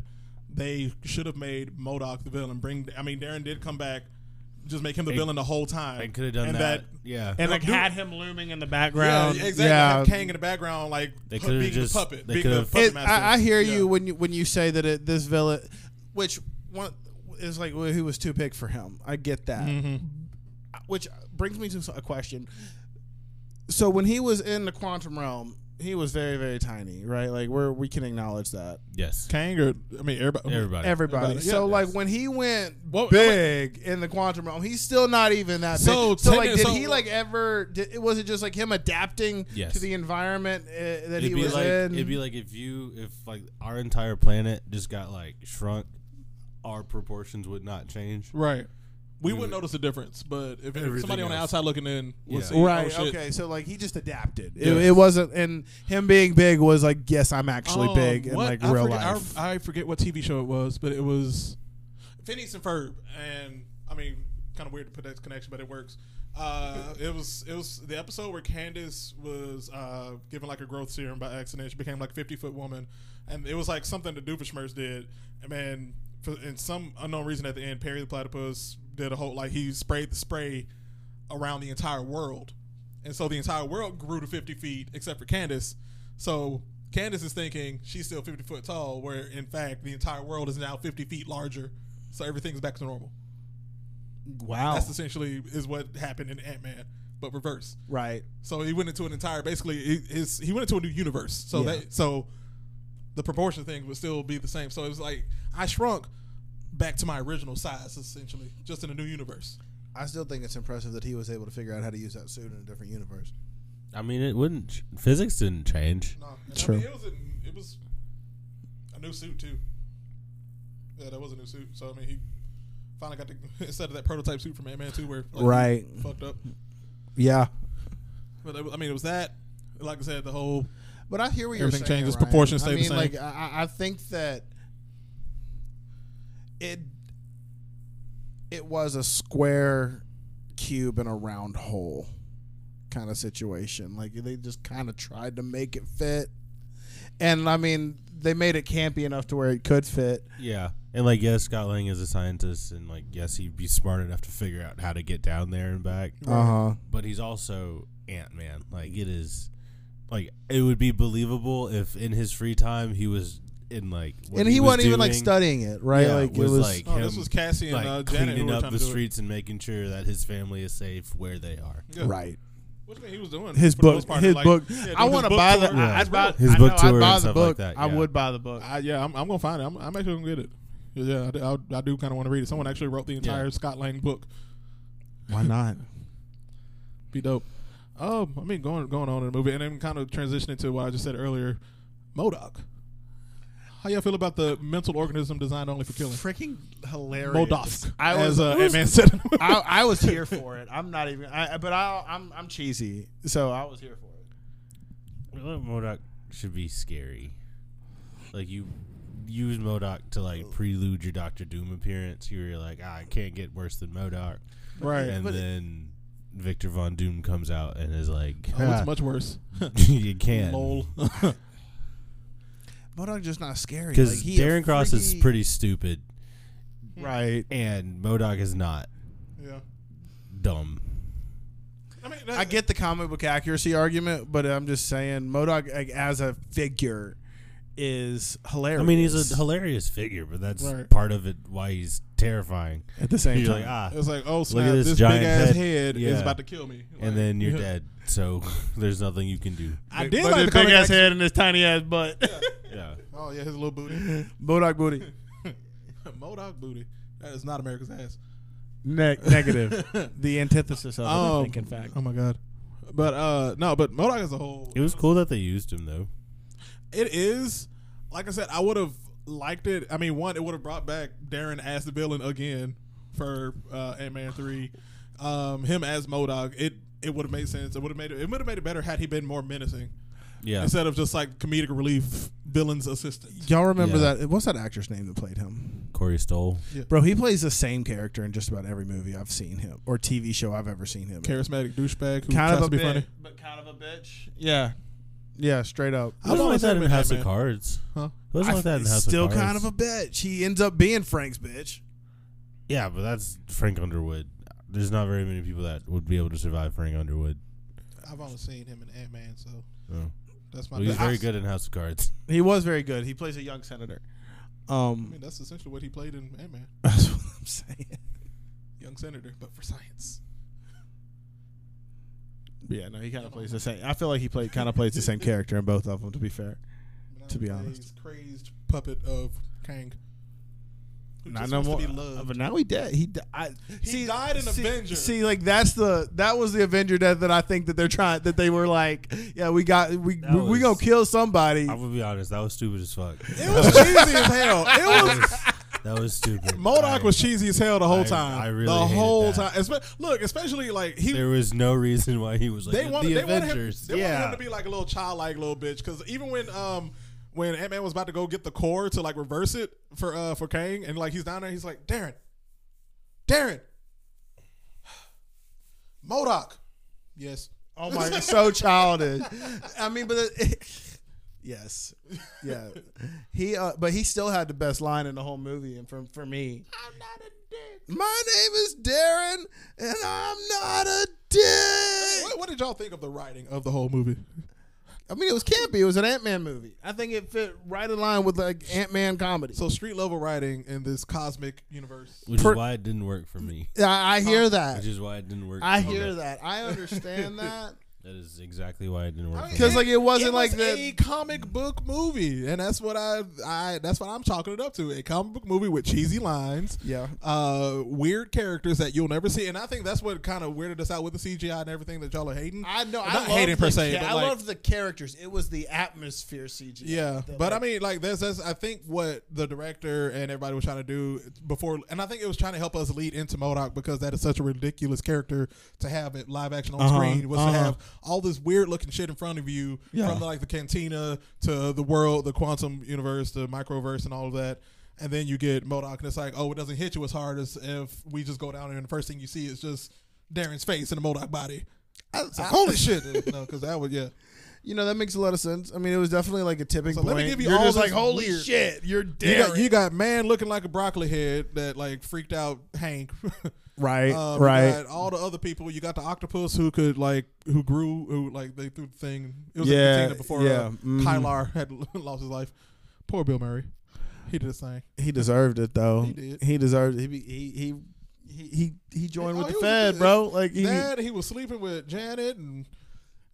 Speaker 4: they should have made Modoc the villain. Bring I mean Darren did come back, just make him the villain the whole time.
Speaker 7: They could have done
Speaker 4: and
Speaker 7: that. Yeah.
Speaker 6: and like
Speaker 4: Dude.
Speaker 6: had him looming in the
Speaker 4: Yeah,
Speaker 6: background.
Speaker 4: exactly. Have Kang in the background, like
Speaker 7: They
Speaker 4: pu-
Speaker 7: could've
Speaker 4: being
Speaker 7: just-
Speaker 4: the puppet,
Speaker 7: they
Speaker 4: being the
Speaker 7: could've-
Speaker 4: puppet
Speaker 6: It-
Speaker 4: master.
Speaker 6: I, I hear
Speaker 4: Yeah.
Speaker 6: you when you when you say that it, this villain, which one it's like well, he was too big for him. I get that.
Speaker 7: Mm-hmm.
Speaker 6: Which brings me to a question. So when he was in the quantum realm, he was very very tiny, right? Like we we can acknowledge that.
Speaker 7: Yes.
Speaker 4: Kang or I mean everybody.
Speaker 7: Everybody.
Speaker 6: Everybody.
Speaker 4: Everybody,
Speaker 6: So
Speaker 4: yeah.
Speaker 6: like when he went
Speaker 4: Well,
Speaker 6: big in the quantum realm, he's still not even that.
Speaker 4: So
Speaker 6: big. so like
Speaker 4: techni-
Speaker 6: did
Speaker 4: so-
Speaker 6: he like ever? Did, was it just like him adapting
Speaker 7: Yes.
Speaker 6: to the environment uh, that
Speaker 7: It'd
Speaker 6: he
Speaker 7: be
Speaker 6: was
Speaker 7: like
Speaker 6: in?
Speaker 7: it'd be like if you if like our entire planet just got like shrunk, our proportions would not change.
Speaker 4: Right. We wouldn't notice the difference, but if
Speaker 7: Everything
Speaker 4: somebody on the
Speaker 7: else.
Speaker 4: outside looking in would
Speaker 7: Yeah.
Speaker 4: see,
Speaker 6: Right.
Speaker 4: oh, shit.
Speaker 6: okay. So like he just adapted. It,
Speaker 4: Yeah.
Speaker 6: it wasn't, and him being big was like, yes, I'm actually
Speaker 4: Um,
Speaker 6: big in
Speaker 4: what-
Speaker 6: like
Speaker 4: I
Speaker 6: real
Speaker 4: forget, I-
Speaker 6: life.
Speaker 4: I, forget what TV show it was, but it was Phineas and Ferb, and I mean, kind of weird to put that connection, but it works. Uh, it was it was the episode where Candace was uh, given like a growth serum by accident. She became like fifty foot woman, and it was like something the Doofenshmirtz did. And man, for in some unknown reason at the end, Perry the Platypus did a whole like he sprayed the spray around the entire world. And so the entire world grew to 50 feet except for Candace. So Candace is thinking she's still 50 foot tall, where in fact the entire world is now 50 feet larger. So everything's back to normal.
Speaker 6: wow.
Speaker 4: That's essentially is what happened in Ant Man, but reverse.
Speaker 6: right.
Speaker 4: So he went into an entire basically he- his he went into a new universe. So
Speaker 6: Yeah.
Speaker 4: that so the proportion thing would still be the same. So it was like I shrunk back to my original size essentially, just in a new universe.
Speaker 3: I still think it's impressive that he was able to figure out how to use that suit in a different universe.
Speaker 7: I mean, it wouldn't. ch- Physics didn't change.
Speaker 4: No, and
Speaker 6: True.
Speaker 4: I mean, it was a, it was a new suit too. Yeah, that was a new suit. So I mean, he finally got the instead of that prototype suit from Ant Man two, where like,
Speaker 6: Right.
Speaker 4: he fucked up.
Speaker 6: Yeah.
Speaker 4: But it was- I mean, it was that. Like I said, the whole
Speaker 3: But I hear what you're
Speaker 4: Everything
Speaker 3: saying,
Speaker 4: changes,
Speaker 3: Ryan.
Speaker 4: proportions
Speaker 3: I
Speaker 4: stay the
Speaker 3: mean,
Speaker 4: same.
Speaker 3: Like I, I- I think that
Speaker 6: It. It was a square cube and a round hole kind of situation. Like they just kind of tried to make it fit, and I mean they made it campy enough to where it could fit.
Speaker 7: Yeah, and like yes, Scott Lang is a scientist, and like yes, he'd be smart enough to figure out how to get down there and back.
Speaker 6: Uh huh.
Speaker 7: But he's also Ant Man. Like
Speaker 6: Mm-hmm.
Speaker 7: it is, like it would be believable if in his free time he was in like, what
Speaker 6: And he,
Speaker 7: was
Speaker 6: wasn't even like
Speaker 7: doing,
Speaker 6: studying it, right?
Speaker 7: yeah,
Speaker 6: like
Speaker 7: was,
Speaker 6: it was
Speaker 7: like
Speaker 4: oh,
Speaker 7: him,
Speaker 4: this was Cassie and
Speaker 7: like
Speaker 4: uh, Janet who
Speaker 7: cleaning
Speaker 4: were
Speaker 7: up
Speaker 4: trying
Speaker 7: the
Speaker 4: to do it.
Speaker 7: streets and making sure that his family is safe where they are.
Speaker 4: Yeah.
Speaker 6: right.
Speaker 4: Which thing he was doing
Speaker 6: his
Speaker 4: for the
Speaker 6: book.
Speaker 4: most part,
Speaker 6: his
Speaker 4: like,
Speaker 6: book.
Speaker 4: yeah,
Speaker 6: I
Speaker 4: his
Speaker 6: want to
Speaker 4: book
Speaker 6: buy the.
Speaker 4: tour.
Speaker 6: I,
Speaker 7: His
Speaker 6: I'd buy
Speaker 7: book- his
Speaker 6: I
Speaker 7: book
Speaker 6: know,
Speaker 7: tour
Speaker 6: I'd
Speaker 7: and
Speaker 6: buy the
Speaker 7: stuff
Speaker 6: book.
Speaker 7: like that,
Speaker 6: I
Speaker 7: yeah.
Speaker 6: would buy the book.
Speaker 4: I, yeah, I'm, I'm gonna find it. I'm, I'm actually gonna get it. Yeah, I, do- I, I do kind of want to read it. Someone actually wrote the entire
Speaker 7: Yeah.
Speaker 4: Scott Lang book.
Speaker 6: Why not?
Speaker 4: be dope. Um, I mean, going going on in the movie, and then kind of transitioning to what I just said earlier, Modoc. How y'all feel about the mental organism designed only for killing?
Speaker 6: Freaking hilarious.
Speaker 4: Modoc,
Speaker 6: I
Speaker 4: as
Speaker 6: was.
Speaker 4: uh, Ant-Man said.
Speaker 6: I, I was here for it. I'm not even. I, but I, I'm. I'm cheesy. So I was here for it.
Speaker 7: Modoc should be scary. Like you use Modoc to like prelude your Doctor Doom appearance. You were like, ah, I can't get worse than Modoc.
Speaker 4: right.
Speaker 7: and
Speaker 4: But
Speaker 7: then Victor Von Doom comes out and is like,
Speaker 4: oh, it's much worse.
Speaker 7: you can't.
Speaker 4: Lol.
Speaker 6: Modok just not scary.
Speaker 7: Because
Speaker 6: Like, he a
Speaker 7: Darren Cross is
Speaker 6: freaky-
Speaker 7: pretty stupid,
Speaker 6: right.
Speaker 7: and Modoc is not
Speaker 4: yeah.
Speaker 7: dumb.
Speaker 4: I mean,
Speaker 6: I get the comic book accuracy argument, but I'm just saying Modoc like, as a figure is hilarious.
Speaker 7: I mean, he's a hilarious figure, but that's
Speaker 4: Right.
Speaker 7: part of it why he's terrifying.
Speaker 6: at the same
Speaker 7: You're
Speaker 6: time.
Speaker 7: like, ah,
Speaker 4: It's like, oh
Speaker 7: at
Speaker 4: snap!
Speaker 7: this
Speaker 4: This, big
Speaker 7: giant
Speaker 4: ass
Speaker 7: head.
Speaker 4: head,
Speaker 7: Yeah.
Speaker 4: is about to kill me. Like,
Speaker 7: and then you're dead, so there's nothing you can do.
Speaker 4: I did
Speaker 6: But
Speaker 4: like
Speaker 6: his
Speaker 4: the
Speaker 6: big
Speaker 4: comic
Speaker 6: ass
Speaker 4: action-
Speaker 6: head and his tiny ass butt.
Speaker 7: Yeah.
Speaker 4: Oh yeah, his little booty,
Speaker 6: Modoc booty.
Speaker 4: Modoc booty. That is not America's ass.
Speaker 6: Ne- negative. the antithesis of it, I
Speaker 4: Um,
Speaker 6: think, in fact.
Speaker 4: Oh my god. But uh no, but Modoc as a whole,
Speaker 7: It was cool that they used him though.
Speaker 4: It is. Like I said, I would have liked it. I mean, one, it would have brought back Darren as the villain again for uh, Ant Man three. Um, him as Modoc, it it would have made sense. It would have made it, it would have made it better had he been more menacing
Speaker 7: Yeah.
Speaker 4: instead of just like comedic relief villain's assistant.
Speaker 6: Y'all remember
Speaker 7: Yeah.
Speaker 6: that? What's that actor's name that played him?
Speaker 7: Corey Stoll.
Speaker 6: Bro, he plays the same character in just about every movie I've seen him or TV show I've ever seen him. in.
Speaker 4: Charismatic douchebag
Speaker 6: Kind
Speaker 4: who tries
Speaker 6: of a
Speaker 4: to be
Speaker 6: bit,
Speaker 4: funny.
Speaker 6: but kind of a bitch. Yeah, yeah, straight up.
Speaker 7: It wasn't
Speaker 4: long
Speaker 7: like
Speaker 4: has that
Speaker 7: that in
Speaker 4: been
Speaker 7: House of
Speaker 4: Ant-Man?
Speaker 7: Cards.
Speaker 4: Huh?
Speaker 7: It wasn't like that in
Speaker 6: He's
Speaker 7: House of Cards.
Speaker 6: still kind of a bitch. He ends up being Frank's bitch.
Speaker 7: Yeah, but that's Frank Underwood. There's not very many people that would be able to survive Frank Underwood.
Speaker 4: I've only seen him in Ant Man, so
Speaker 7: Oh.
Speaker 4: that's my.
Speaker 7: Well, he's very good in House of Cards.
Speaker 6: He was very good. He plays a young senator.
Speaker 4: I
Speaker 6: Um,
Speaker 4: mean, that's essentially what he played in Ant Man.
Speaker 6: I'm saying.
Speaker 4: young senator, but for science.
Speaker 6: But yeah, no, he kind of plays the same. I feel like he played kind of plays the same character in both of them. To be fair, To be
Speaker 4: Nowadays,
Speaker 6: honest.
Speaker 4: crazed puppet of Kang. Who
Speaker 6: not
Speaker 4: just
Speaker 6: no more.
Speaker 4: wants to be loved.
Speaker 6: But now he dead. He di- I,
Speaker 4: He died in
Speaker 6: see,
Speaker 4: Avenger.
Speaker 6: See, like that's the that was the Avenger death that I think that they're trying that they were like, yeah, we got we
Speaker 7: That
Speaker 6: we, we
Speaker 7: was-
Speaker 6: gonna kill somebody.
Speaker 7: I'm gonna be honest. That was stupid as fuck.
Speaker 4: It was cheesy as hell. It was
Speaker 7: That was stupid.
Speaker 4: Modoc
Speaker 7: I-
Speaker 4: was cheesy as hell the whole
Speaker 7: I-
Speaker 4: time.
Speaker 7: I really
Speaker 4: the
Speaker 7: hated
Speaker 4: whole
Speaker 7: that.
Speaker 4: time. Espe- look, especially like he.
Speaker 7: There was no reason why he was like
Speaker 4: they wanted,
Speaker 7: the
Speaker 4: they wanted him.
Speaker 7: Avengers.
Speaker 4: They wanted
Speaker 6: Yeah.
Speaker 4: him to be like a little childlike little bitch. Because even when um when Ant Man was about to go get the core to like reverse it for uh for Kang, and like he's down there, he's like Darren, Darren, Modoc, yes.
Speaker 6: Oh my, so childish. I mean, but it, yes, yeah. He, uh, but he still had the best line in the whole movie, and for for me, I'm not a dick. My name is Darren, and I'm not a dick.
Speaker 4: What, what did y'all think of the writing of the whole movie?
Speaker 6: I mean, it was campy. It was an Ant Man movie. I think it fit right in line with like Ant Man comedy. So
Speaker 4: So street level writing in this cosmic universe.
Speaker 7: Which
Speaker 6: Per-
Speaker 7: is why it didn't work for me.
Speaker 6: I, I hear that.
Speaker 7: Which is why it didn't work.
Speaker 6: I
Speaker 7: for me.
Speaker 6: hear that. I understand that.
Speaker 7: That is exactly why it didn't work. for
Speaker 6: Because
Speaker 7: me.
Speaker 6: like it wasn't
Speaker 4: it was
Speaker 6: like the
Speaker 4: a comic book movie, and that's what I, I that's what I'm chalking it up to a comic book movie with cheesy lines,
Speaker 6: Yeah.
Speaker 4: uh, weird characters that you'll never see, and I think that's what kind of weirded us out with the CGI and everything that y'all are hating.
Speaker 6: I know. I
Speaker 4: not
Speaker 6: loved
Speaker 4: hating per
Speaker 6: the
Speaker 4: se,
Speaker 6: cha-
Speaker 4: but
Speaker 6: I
Speaker 4: like-
Speaker 6: loved the characters. It was the atmosphere CG.
Speaker 4: Yeah, but I mean, like, there's that's I think what the director and everybody was trying to do before, and I think it was trying to help us lead into Modoc because that is such a ridiculous character to have it live action on
Speaker 6: Uh-huh,
Speaker 4: screen was to
Speaker 6: uh-huh.
Speaker 4: have all this weird looking shit in front of you
Speaker 6: Yeah.
Speaker 4: from like the cantina to the world, the quantum universe, the microverse, and all of that. And then you get Modoc, and it's like, oh, it doesn't hit you as hard as if we just go down there and the first thing you see is just Darren's face and a Modoc body. It's like, Holy shit! No, because that would yeah.
Speaker 6: you know that makes a lot of sense. I mean, it was definitely like a tipping
Speaker 4: So
Speaker 6: point.
Speaker 4: let me give you
Speaker 6: You're
Speaker 4: all
Speaker 6: just
Speaker 4: this
Speaker 6: like, holy
Speaker 4: weird-
Speaker 6: shit, you're
Speaker 4: You
Speaker 6: dead.
Speaker 4: got, you got man looking like a broccoli head that like freaked out Hank.
Speaker 6: right,
Speaker 4: Um, you got all the other people. You got the octopus who could like who grew who like they threw the thing. It was
Speaker 6: Yeah,
Speaker 4: a container before
Speaker 6: yeah,
Speaker 4: uh,
Speaker 6: mhm.
Speaker 4: Kylar had lost his life. Poor Bill Murray. He did his thing.
Speaker 6: He deserved it though.
Speaker 4: He did.
Speaker 6: Oh, He deserved. It. He he he he he joined
Speaker 4: Oh,
Speaker 6: with
Speaker 4: he
Speaker 6: the
Speaker 4: was
Speaker 6: Fed,
Speaker 4: good.
Speaker 6: bro. Like he,
Speaker 4: Dad, he was sleeping with Janet and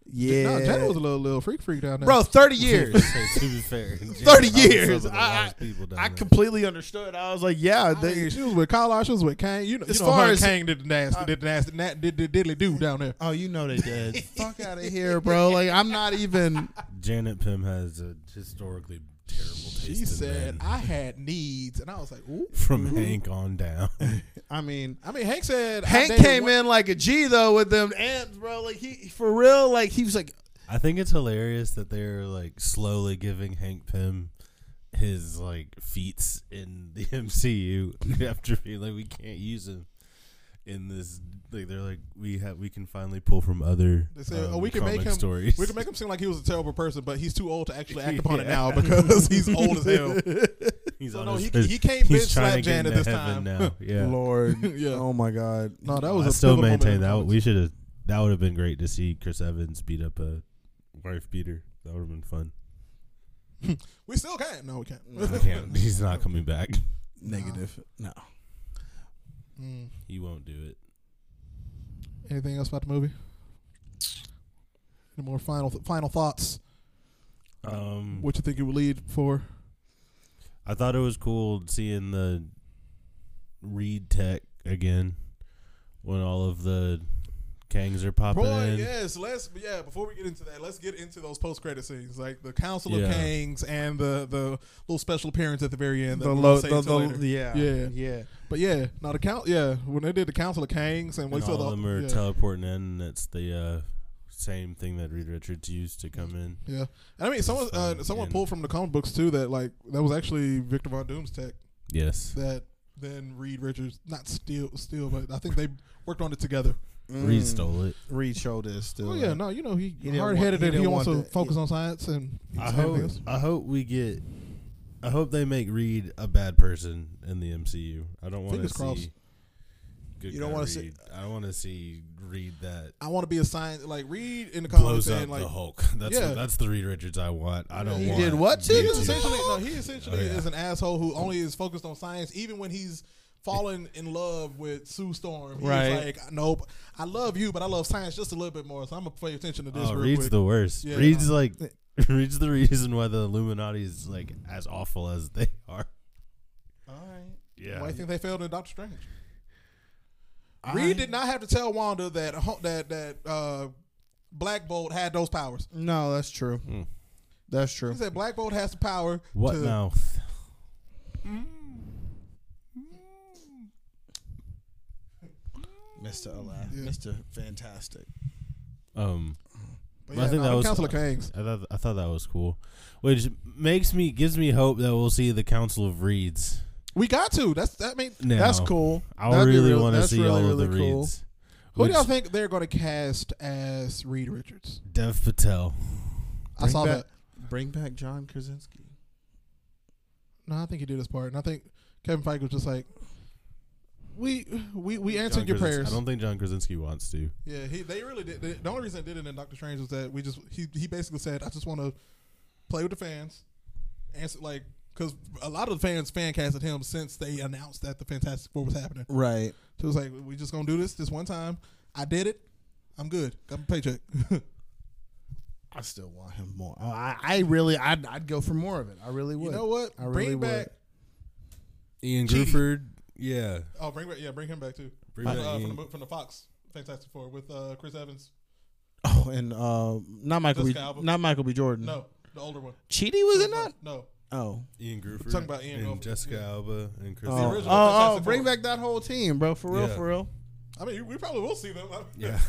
Speaker 6: yeah,
Speaker 4: Nah, Janet was a little little freak freak down there.
Speaker 6: bro. Oh, Thirty years.
Speaker 7: to be fair, in general,
Speaker 6: 30
Speaker 7: I was
Speaker 6: years.
Speaker 7: some of the
Speaker 6: I- I-
Speaker 7: worst people down
Speaker 6: I
Speaker 7: there.
Speaker 6: completely understood. I was like, yeah,
Speaker 4: I
Speaker 6: they,
Speaker 4: mean, she was with Kylar. She was with Kane. You know, you
Speaker 6: As
Speaker 4: know
Speaker 6: far
Speaker 4: her and
Speaker 6: as-
Speaker 4: Kane did the nasty, did the nasty, na- did the diddly do down there.
Speaker 6: Oh, you know they did. Fuck out of here, bro. Like I'm not even.
Speaker 7: Janet Pym has a historically terrible taste.
Speaker 4: She
Speaker 7: in
Speaker 4: said,
Speaker 7: men
Speaker 4: "I had needs," and I was like, "Ooh."
Speaker 7: from Hank on down."
Speaker 6: I mean,
Speaker 4: I mean, Hank said
Speaker 6: Hank came in like a G though with them ants, bro. Like he for real. Like he was like,
Speaker 7: I think it's hilarious that they're like slowly giving Hank Pym his like feats in the MCU after being like we can't use him in this. Like they're like we have we can finally pull from other.
Speaker 4: They said,
Speaker 7: um,
Speaker 4: "Oh, we can make
Speaker 7: comic
Speaker 4: him.
Speaker 7: stories.
Speaker 4: We can make him seem like he was a terrible person, but he's too old to actually act upon it
Speaker 7: Yeah.
Speaker 4: now because he's old as hell."
Speaker 7: He's
Speaker 4: So
Speaker 7: on
Speaker 4: no,
Speaker 7: his-
Speaker 4: he- he can't
Speaker 7: he's
Speaker 4: bitch
Speaker 7: trying
Speaker 4: slap
Speaker 7: to get
Speaker 4: Janet
Speaker 7: into
Speaker 4: this
Speaker 7: heaven
Speaker 4: time.
Speaker 7: Now. Yeah,
Speaker 6: Lord,
Speaker 4: Yeah.
Speaker 6: oh my God.
Speaker 4: No, that was
Speaker 7: I
Speaker 4: a
Speaker 7: still
Speaker 4: pivotal moment
Speaker 7: maintain
Speaker 4: in
Speaker 7: that
Speaker 4: comics.
Speaker 7: we should have. That would have been great to see Chris Evans beat up a wife beater. That would have been fun.
Speaker 4: We still can't. No, we can't.
Speaker 7: I can't. He's not coming back.
Speaker 6: Negative. No.
Speaker 4: Mm.
Speaker 7: He won't do it.
Speaker 4: Anything else about the movie? Any more final final thoughts?
Speaker 7: Um,
Speaker 4: What you think it would lead for?
Speaker 7: I thought it was cool seeing the Reed Tech again when all of the Kangs are popping
Speaker 4: Boy,
Speaker 7: in.
Speaker 4: yes. Let's yeah. Before we get into that, let's get into those post credit scenes, like the Council
Speaker 7: Yeah.
Speaker 4: of Kings and the the little special appearance at the very end.
Speaker 6: The
Speaker 4: we
Speaker 6: low.
Speaker 4: won't say
Speaker 6: The,
Speaker 4: until
Speaker 6: the,
Speaker 4: later.
Speaker 6: yeah.
Speaker 4: Yeah.
Speaker 6: Yeah.
Speaker 4: But yeah, no, the count. Yeah, when they did the Council of Kings and,
Speaker 7: And
Speaker 4: we saw
Speaker 7: all
Speaker 4: the
Speaker 7: of them are
Speaker 4: yeah.
Speaker 7: teleporting in. And that's the uh, same thing that Reed Richards used to come in.
Speaker 4: Yeah, and I mean, someone uh,
Speaker 7: Fine,
Speaker 4: someone
Speaker 7: and-
Speaker 4: pulled from the comic books too that like that was actually Victor Von Doom's tech
Speaker 7: Yes.
Speaker 4: that then Reed Richards not steal steal, but I think they worked on it together. Mm.
Speaker 7: Reed stole it.
Speaker 6: Reed showed this still.
Speaker 4: Oh yeah, no, you know he,
Speaker 6: He didn't
Speaker 4: hard headed
Speaker 6: want- he
Speaker 4: and he
Speaker 6: didn't
Speaker 4: wants to
Speaker 6: want that,
Speaker 4: focus
Speaker 6: yeah.
Speaker 4: on science and
Speaker 7: I
Speaker 4: everything
Speaker 7: hope,
Speaker 4: else.
Speaker 7: I hope we get. I hope they make Reed a bad person in the MCU. I don't want to
Speaker 4: Fingers
Speaker 7: see.
Speaker 4: crossed.
Speaker 7: Good
Speaker 6: You don't
Speaker 7: guy
Speaker 6: wanna see-
Speaker 7: Reed. I don't want to see Reed that
Speaker 4: I want to be a science like Reed in the comics
Speaker 7: blows
Speaker 4: and
Speaker 7: up
Speaker 4: like
Speaker 7: the Hulk. That's
Speaker 4: Yeah.
Speaker 7: that's the Reed Richards I want. I don't
Speaker 6: He
Speaker 7: want.
Speaker 6: did what to
Speaker 7: you
Speaker 4: He
Speaker 6: you?
Speaker 4: essentially no, he essentially
Speaker 7: Oh, yeah.
Speaker 4: is an asshole who only is focused on science, even when he's fallen in love with Sue Storm. He was
Speaker 6: Right.
Speaker 4: like, nope, I love you, but I love science just a little bit more. So I'm gonna pay attention to this.
Speaker 7: Oh,
Speaker 4: real
Speaker 7: Reed's
Speaker 4: quick.
Speaker 7: the worst.
Speaker 4: Yeah.
Speaker 7: Reed's like Reed's the reason why the Illuminati is like as awful as they are.
Speaker 4: All right.
Speaker 7: Yeah.
Speaker 4: Why do you think they failed in Doctor Strange? Reed did not have to tell Wanda that ho- that that uh, Black Bolt had those powers.
Speaker 6: No, that's true. That's true.
Speaker 4: He said Black Bolt has the power.
Speaker 7: What
Speaker 4: to,
Speaker 7: mouth?
Speaker 6: Mr. Alive. Mr. Fantastic.
Speaker 7: Um,
Speaker 4: But
Speaker 7: I think
Speaker 4: nah,
Speaker 7: that
Speaker 4: the
Speaker 7: was-
Speaker 4: Council of Kings.
Speaker 7: I thought I thought that was cool, which makes me gives me hope that we'll see the Council of Reeds.
Speaker 4: We got to. That's that mean.
Speaker 7: Now.
Speaker 6: That's cool.
Speaker 7: I
Speaker 6: That'd be
Speaker 7: really
Speaker 6: real-
Speaker 7: want to
Speaker 6: that's
Speaker 7: see
Speaker 6: really,
Speaker 7: all of the
Speaker 6: really cool.
Speaker 7: Reeds.
Speaker 4: Who do
Speaker 7: Which-
Speaker 4: y'all think they're going to cast as Reed Richards?
Speaker 7: Dev Patel.
Speaker 4: I saw
Speaker 6: back-
Speaker 4: that.
Speaker 6: Bring back John Krasinski.
Speaker 4: No, I think he did his part, and I think Kevin Feige was just like, "We we we answered
Speaker 7: John
Speaker 4: your
Speaker 7: Krasinski-
Speaker 4: prayers."
Speaker 7: I don't think John Krasinski wants to.
Speaker 4: Yeah, he they really did. They, the only reason they did it in Doctor Strange was that we just he he basically said, "I just want to play with the fans," answer like because a lot of the fans fan casted him since they announced that the Fantastic Four was happening.
Speaker 6: Right.
Speaker 4: So it was like, "We just gonna do this this one time. I did it. I'm good. Got my paycheck."
Speaker 6: I still want him more. I, I- I really, I'd, I'd go for more of it. I really would.
Speaker 4: you know what?
Speaker 6: I really
Speaker 4: bring back.
Speaker 6: would.
Speaker 7: Ian Gruford. Yeah.
Speaker 4: Oh, bring back. Yeah, bring him back too.
Speaker 7: Bring
Speaker 4: Uh,
Speaker 7: back
Speaker 4: from,
Speaker 7: Ian-
Speaker 4: the, mo- from the Fox Fantastic Four with uh, Chris Evans.
Speaker 6: Oh, and uh, not Michael, B,
Speaker 4: Jessica Alba.
Speaker 6: not Michael B. Jordan.
Speaker 4: No, the older one.
Speaker 6: Cheaty was it not?
Speaker 4: No,
Speaker 6: Oh,
Speaker 7: Ian Gruford.
Speaker 4: talking about Ian
Speaker 7: and
Speaker 4: Gruford,
Speaker 7: Jessica
Speaker 4: yeah.
Speaker 7: Alba and Chris.
Speaker 6: oh,
Speaker 4: original
Speaker 6: oh, oh,
Speaker 4: Fantastic
Speaker 6: bring
Speaker 4: Four.
Speaker 6: back that whole team, bro. For real,
Speaker 7: Yeah.
Speaker 6: for real.
Speaker 4: I mean we probably will see them.
Speaker 7: Yeah.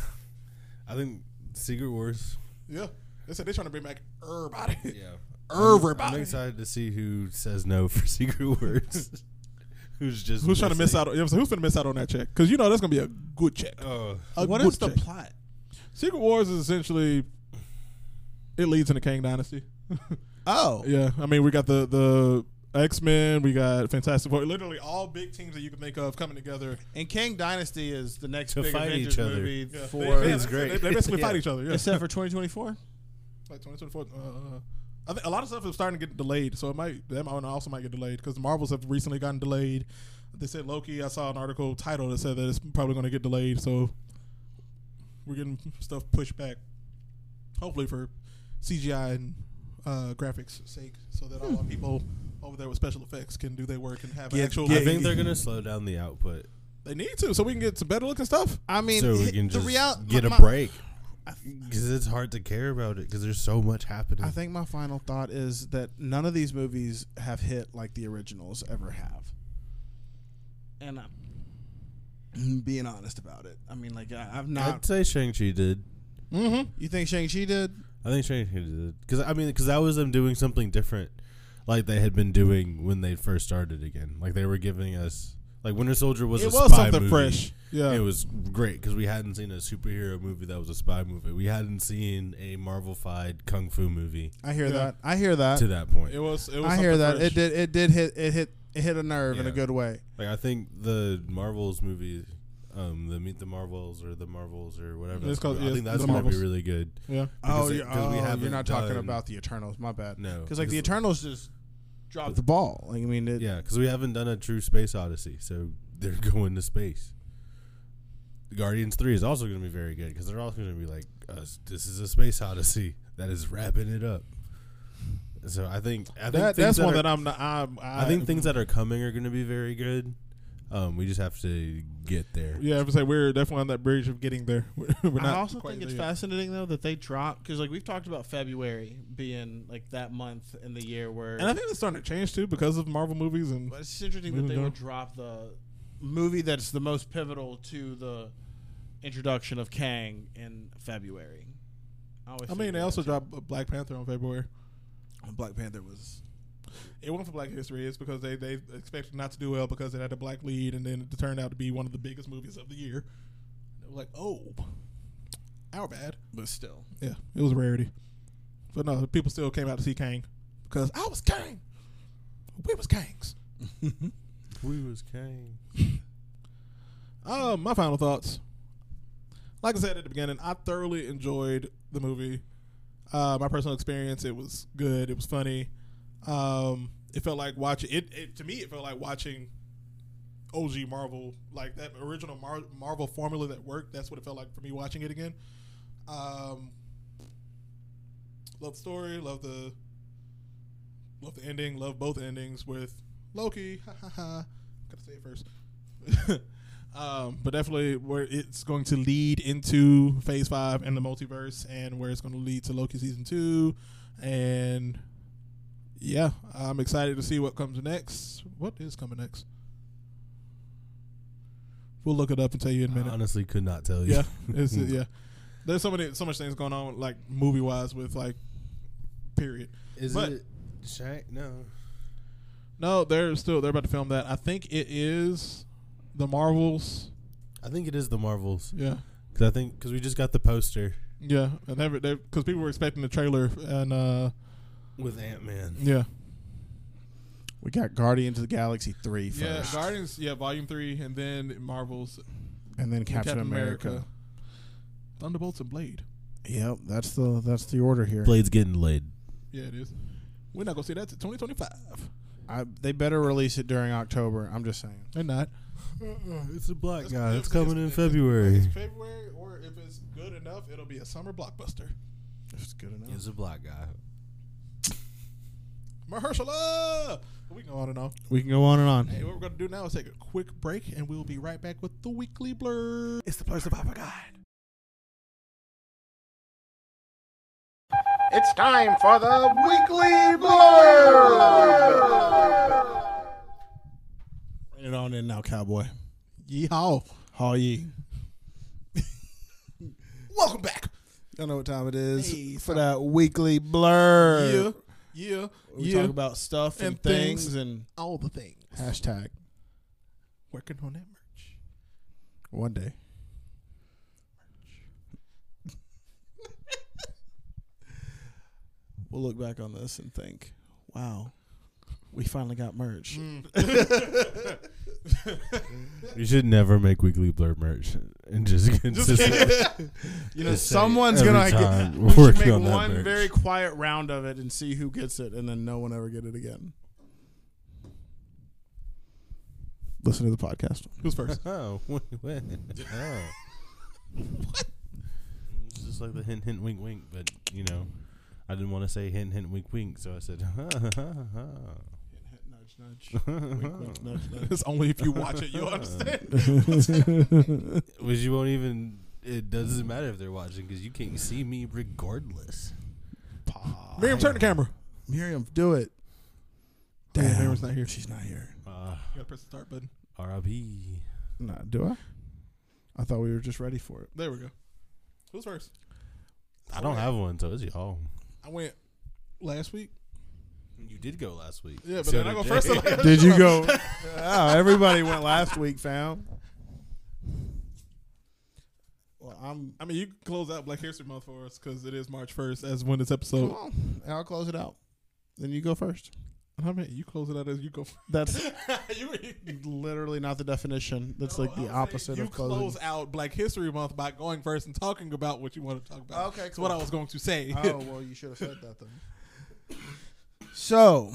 Speaker 7: I think Secret Wars.
Speaker 4: yeah. They said they're trying to bring back everybody.
Speaker 7: Yeah.
Speaker 4: Everybody.
Speaker 7: I'm excited to see who says no for Secret Wars. Who's just
Speaker 4: Who's trying to miss
Speaker 7: missing.
Speaker 4: out? On, you know, who's going to miss out on that check? Because you know that's going to be a good check.
Speaker 7: Oh,
Speaker 4: A
Speaker 6: What
Speaker 4: good
Speaker 6: is the
Speaker 4: check.
Speaker 6: plot?
Speaker 4: Secret Wars is essentially it leads into Kang Dynasty.
Speaker 6: Oh,
Speaker 4: yeah, I mean we got the the X Men, we got Fantastic Four, literally all big teams that you can think of coming together.
Speaker 6: and Kang Dynasty is the next
Speaker 7: To
Speaker 6: big
Speaker 7: fight
Speaker 6: Avengers
Speaker 7: each other.
Speaker 6: movie
Speaker 4: Yeah,
Speaker 6: for
Speaker 4: they- they-
Speaker 7: It's
Speaker 4: they-
Speaker 7: great.
Speaker 4: They, basically fight
Speaker 7: Yeah.
Speaker 4: each other. Yeah,
Speaker 6: except for 2024.
Speaker 4: like 2024. Uh, I think a lot of stuff is starting to get delayed, so it might that might also might get delayed because the Marvels have recently gotten delayed. They said Loki. I saw an article title that said that it's probably going to get delayed, so we're getting stuff pushed back. Hopefully for CGI and uh, graphics sake, so that all our
Speaker 7: Hmm.
Speaker 4: people over there with special effects can do their work and have an actual.
Speaker 7: I think they're gonna slow down the output
Speaker 4: they need to, so we can get some better looking stuff.
Speaker 6: I mean,
Speaker 7: so we
Speaker 6: hi-
Speaker 7: can
Speaker 6: the
Speaker 7: just
Speaker 6: real,
Speaker 7: get
Speaker 6: my-
Speaker 7: a break. Because it's hard to care about it because there's so much happening.
Speaker 6: I think my final thought is that none of these movies have hit like the originals ever have. And I'm being honest about it. I mean, like, I, I've
Speaker 7: I'd
Speaker 6: not.
Speaker 7: say Shang Chi did.
Speaker 6: You think Shang-Chi did?
Speaker 7: I think Shang Chi did because I mean because that was them doing something different, like they had been doing when they first started again. Like they were giving us like Winter Soldier was
Speaker 4: It
Speaker 7: a
Speaker 4: was
Speaker 7: spy
Speaker 4: something
Speaker 7: movie.
Speaker 4: fresh. Yeah.
Speaker 7: It was great because we hadn't seen a superhero movie that was a spy movie. We hadn't seen a Marvel-fied kung fu movie
Speaker 6: I hear
Speaker 4: Yeah.
Speaker 6: that. I hear that.
Speaker 7: to that point.
Speaker 4: It was. It was
Speaker 6: I hear
Speaker 4: something
Speaker 6: that.
Speaker 4: fresh.
Speaker 6: It did. It did hit. It hit. It hit a nerve in a
Speaker 7: Yeah.
Speaker 6: good way.
Speaker 7: Like I think the Marvels movie, um, the Meet the Marvels or the Marvels or whatever.
Speaker 4: It's
Speaker 7: that's called,
Speaker 4: called- yeah,
Speaker 7: I think that's
Speaker 4: The
Speaker 7: gonna be
Speaker 4: Marvels.
Speaker 7: really good.
Speaker 4: Yeah.
Speaker 7: Because
Speaker 6: oh,
Speaker 7: they-
Speaker 6: you're,
Speaker 7: 'cause we
Speaker 6: oh, you're
Speaker 7: haven't
Speaker 6: not talking
Speaker 7: done-
Speaker 6: about the Eternals. My bad.
Speaker 7: No,
Speaker 6: because like the
Speaker 7: 'cause-
Speaker 6: Eternals just dropped the ball. Like I mean, it,
Speaker 7: Yeah, because we haven't done a true space odyssey, so they're going to space. The Guardians Three is also going to be very good because they're also going to be like, uh, this is a space odyssey that is wrapping it up. So I think I think things
Speaker 4: That, that's one
Speaker 7: are-
Speaker 4: that I'm not. I'm, I,
Speaker 7: I think things that are coming are going to be very good. Um, we just have to get there.
Speaker 4: Yeah, I would say we're definitely on that bridge of getting there. We're, we're not.
Speaker 8: I also
Speaker 4: quite
Speaker 8: think it's
Speaker 4: there yet.
Speaker 8: fascinating though that they dropped because like we've talked about February being like that month in the year where
Speaker 4: And I think it's starting to change too because of Marvel movies and
Speaker 8: But it's just interesting that
Speaker 4: Moving
Speaker 8: they
Speaker 4: down.
Speaker 8: would drop the movie that's the most pivotal to the introduction of Kang in February. always
Speaker 4: I
Speaker 8: think
Speaker 4: mean they
Speaker 8: that
Speaker 4: also
Speaker 8: that's-
Speaker 4: dropped Black Panther on February.
Speaker 6: Black Panther was.
Speaker 4: It wasn't for Black History. It's because they they expected not to do well because it had a black lead and then it turned out to be one of the biggest movies of the year. They were like, oh, our bad.
Speaker 6: But still,
Speaker 4: Yeah, it was a rarity. But no, people still came out to see Kang because I was Kang. We was Kangs.
Speaker 7: We was Kang.
Speaker 4: Uh, my final thoughts. Like I said at the beginning, I thoroughly enjoyed the movie. Uh, my personal experience, it was good. It was funny. Um, it felt like watching it, it. To me, it felt like watching OG Marvel, like that original Mar- Marvel formula that worked. That's what it felt like for me watching it again. Um, love the story, love the love the ending, love both endings with Loki. Ha ha ha. Gotta say it first. um, but definitely where it's going to lead into Phase Five and the multiverse, and where it's going to lead to Loki season two, and yeah, I'm excited to see what comes next. What is coming next? We'll look it up and tell you in a
Speaker 7: I
Speaker 4: minute.
Speaker 7: honestly could not tell you.
Speaker 4: Yeah, it's, yeah. There's so many, so much things going on, like movie wise, with like, period.
Speaker 7: Is
Speaker 4: But-
Speaker 7: it Shaq? No.
Speaker 4: No, they're still they're about to film that. I think it is the Marvels.
Speaker 7: I think it is the Marvels.
Speaker 4: Yeah,
Speaker 7: Because I think because we just got the poster
Speaker 4: yeah, and they because people were expecting the trailer, and uh
Speaker 7: with Ant Man.
Speaker 4: yeah,
Speaker 6: We got Guardians of the Galaxy 3 first.
Speaker 4: yeah, Guardians, yeah, Volume Three, and then Marvels,
Speaker 6: and then Captain, America.
Speaker 4: Thunderbolts, and Blade.
Speaker 6: Yep, that's the that's the order here.
Speaker 7: Blade's getting laid.
Speaker 4: Yeah, it is. We're not gonna see that till 2025.
Speaker 6: I, they better release it during October. I'm just saying.
Speaker 4: They're not. Uh-uh.
Speaker 7: It's a black
Speaker 4: That's-
Speaker 7: guy.
Speaker 4: if
Speaker 7: It's coming in
Speaker 4: if
Speaker 7: February.
Speaker 4: It's February, or if it's good enough, it'll be a summer blockbuster.
Speaker 6: If it's good enough.
Speaker 7: It's a black guy.
Speaker 4: Mahershala. We can go on and on.
Speaker 6: We can go on and on.
Speaker 4: Hey, what we're gonna do now is take a quick break, and we'll be right back with the weekly blur. It's the blurs of Papa God.
Speaker 2: It's time for the weekly blur.
Speaker 6: Bring it on in now, cowboy.
Speaker 4: Yeehaw!
Speaker 6: Haw ye.
Speaker 4: Welcome back.
Speaker 6: Y'all know what time it is
Speaker 4: Hey,
Speaker 6: for that weekly blur.
Speaker 4: Yeah, yeah,
Speaker 6: We
Speaker 4: yeah.
Speaker 6: talk about stuff and,
Speaker 4: And
Speaker 6: things.
Speaker 4: things.
Speaker 6: and
Speaker 4: All the things.
Speaker 6: hashtag
Speaker 4: Working on that merch.
Speaker 6: one day. we'll look back on this and think, wow, we finally got merch.
Speaker 7: You should never make weekly blur merch and just consistently.
Speaker 6: You know,
Speaker 7: Just say
Speaker 6: someone's
Speaker 7: every
Speaker 6: gonna
Speaker 7: time
Speaker 6: get.
Speaker 7: we're
Speaker 6: We should
Speaker 7: working
Speaker 6: make
Speaker 7: on that
Speaker 6: one
Speaker 7: merch.
Speaker 6: very quiet round of it and see who gets it, and then no one ever get it again. Listen to the podcast.
Speaker 4: Who's first?
Speaker 7: oh, when? when? Oh. It's just like the hint, hint, wink, wink. But you know, I didn't want to say hint, hint, wink, wink. So I said, ha ha ha ha.
Speaker 6: Nudge, nudge. wink, wink, nudge, nudge.
Speaker 4: it's only if you watch it, you'll understand.
Speaker 7: Which you won't even. It doesn't matter if they're watching because you can't see me regardless.
Speaker 4: Miriam, turn the camera.
Speaker 6: Miriam, do it.
Speaker 4: Damn,
Speaker 6: Damn.
Speaker 4: Miriam's not here.
Speaker 6: She's Oh, not here.
Speaker 7: Uh,
Speaker 4: You gotta press the start button.
Speaker 7: R.I.P.
Speaker 6: Nah, do I? I thought we were just ready for it.
Speaker 4: There we go. Who's first?
Speaker 7: I don't have one, so it's y'all.
Speaker 4: I went last week.
Speaker 7: You did go last week.
Speaker 4: Yeah, but
Speaker 7: So
Speaker 4: then I go
Speaker 7: did
Speaker 4: first.
Speaker 7: Jay.
Speaker 6: Did you go? wow, Oh, everybody went last week, fam. Well, I'm.
Speaker 4: I mean, you can close out Black History Month for us because it is March 1st as when this episode.
Speaker 6: Come on, and I'll close it out. Then you go first.
Speaker 4: I mean, you close it out as you go.
Speaker 6: That's
Speaker 4: you
Speaker 6: literally not the definition. That's like
Speaker 4: I
Speaker 6: the
Speaker 4: would say
Speaker 6: opposite
Speaker 4: Oh, You
Speaker 6: of closing.
Speaker 4: close out Black History Month by going first and talking about what you want to talk about.
Speaker 6: Okay,
Speaker 4: That's what I was going to say.
Speaker 6: oh well, you should have said that then. So,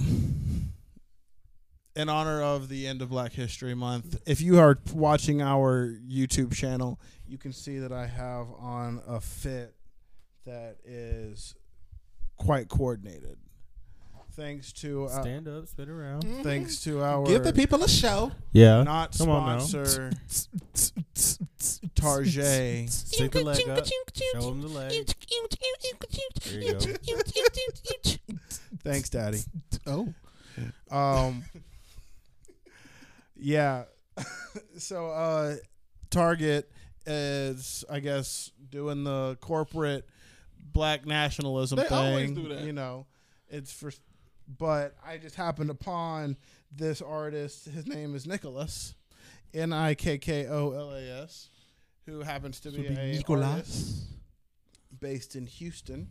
Speaker 6: in honor of the end of Black History Month, if you are watching our YouTube channel, you can see that I have on a fit that is quite coordinated. Thanks to uh,
Speaker 7: Stand up, spin around.
Speaker 6: thanks to our
Speaker 4: people a show.
Speaker 7: Yeah.
Speaker 6: Mm-hmm. not
Speaker 7: Come on now.
Speaker 6: sponsor Tarjay.
Speaker 7: Stick the leg up. Show him the leg. There you go.
Speaker 6: Thanks, Daddy.
Speaker 4: Oh,
Speaker 6: Um, yeah. so uh, Target is, I guess, doing the corporate black nationalism
Speaker 4: They
Speaker 6: thing.
Speaker 4: always do that.
Speaker 6: You know, it's for. But I just happened upon this artist. His name is Nicholas, N I K K O L A S, who happens to be, a artist based in Houston.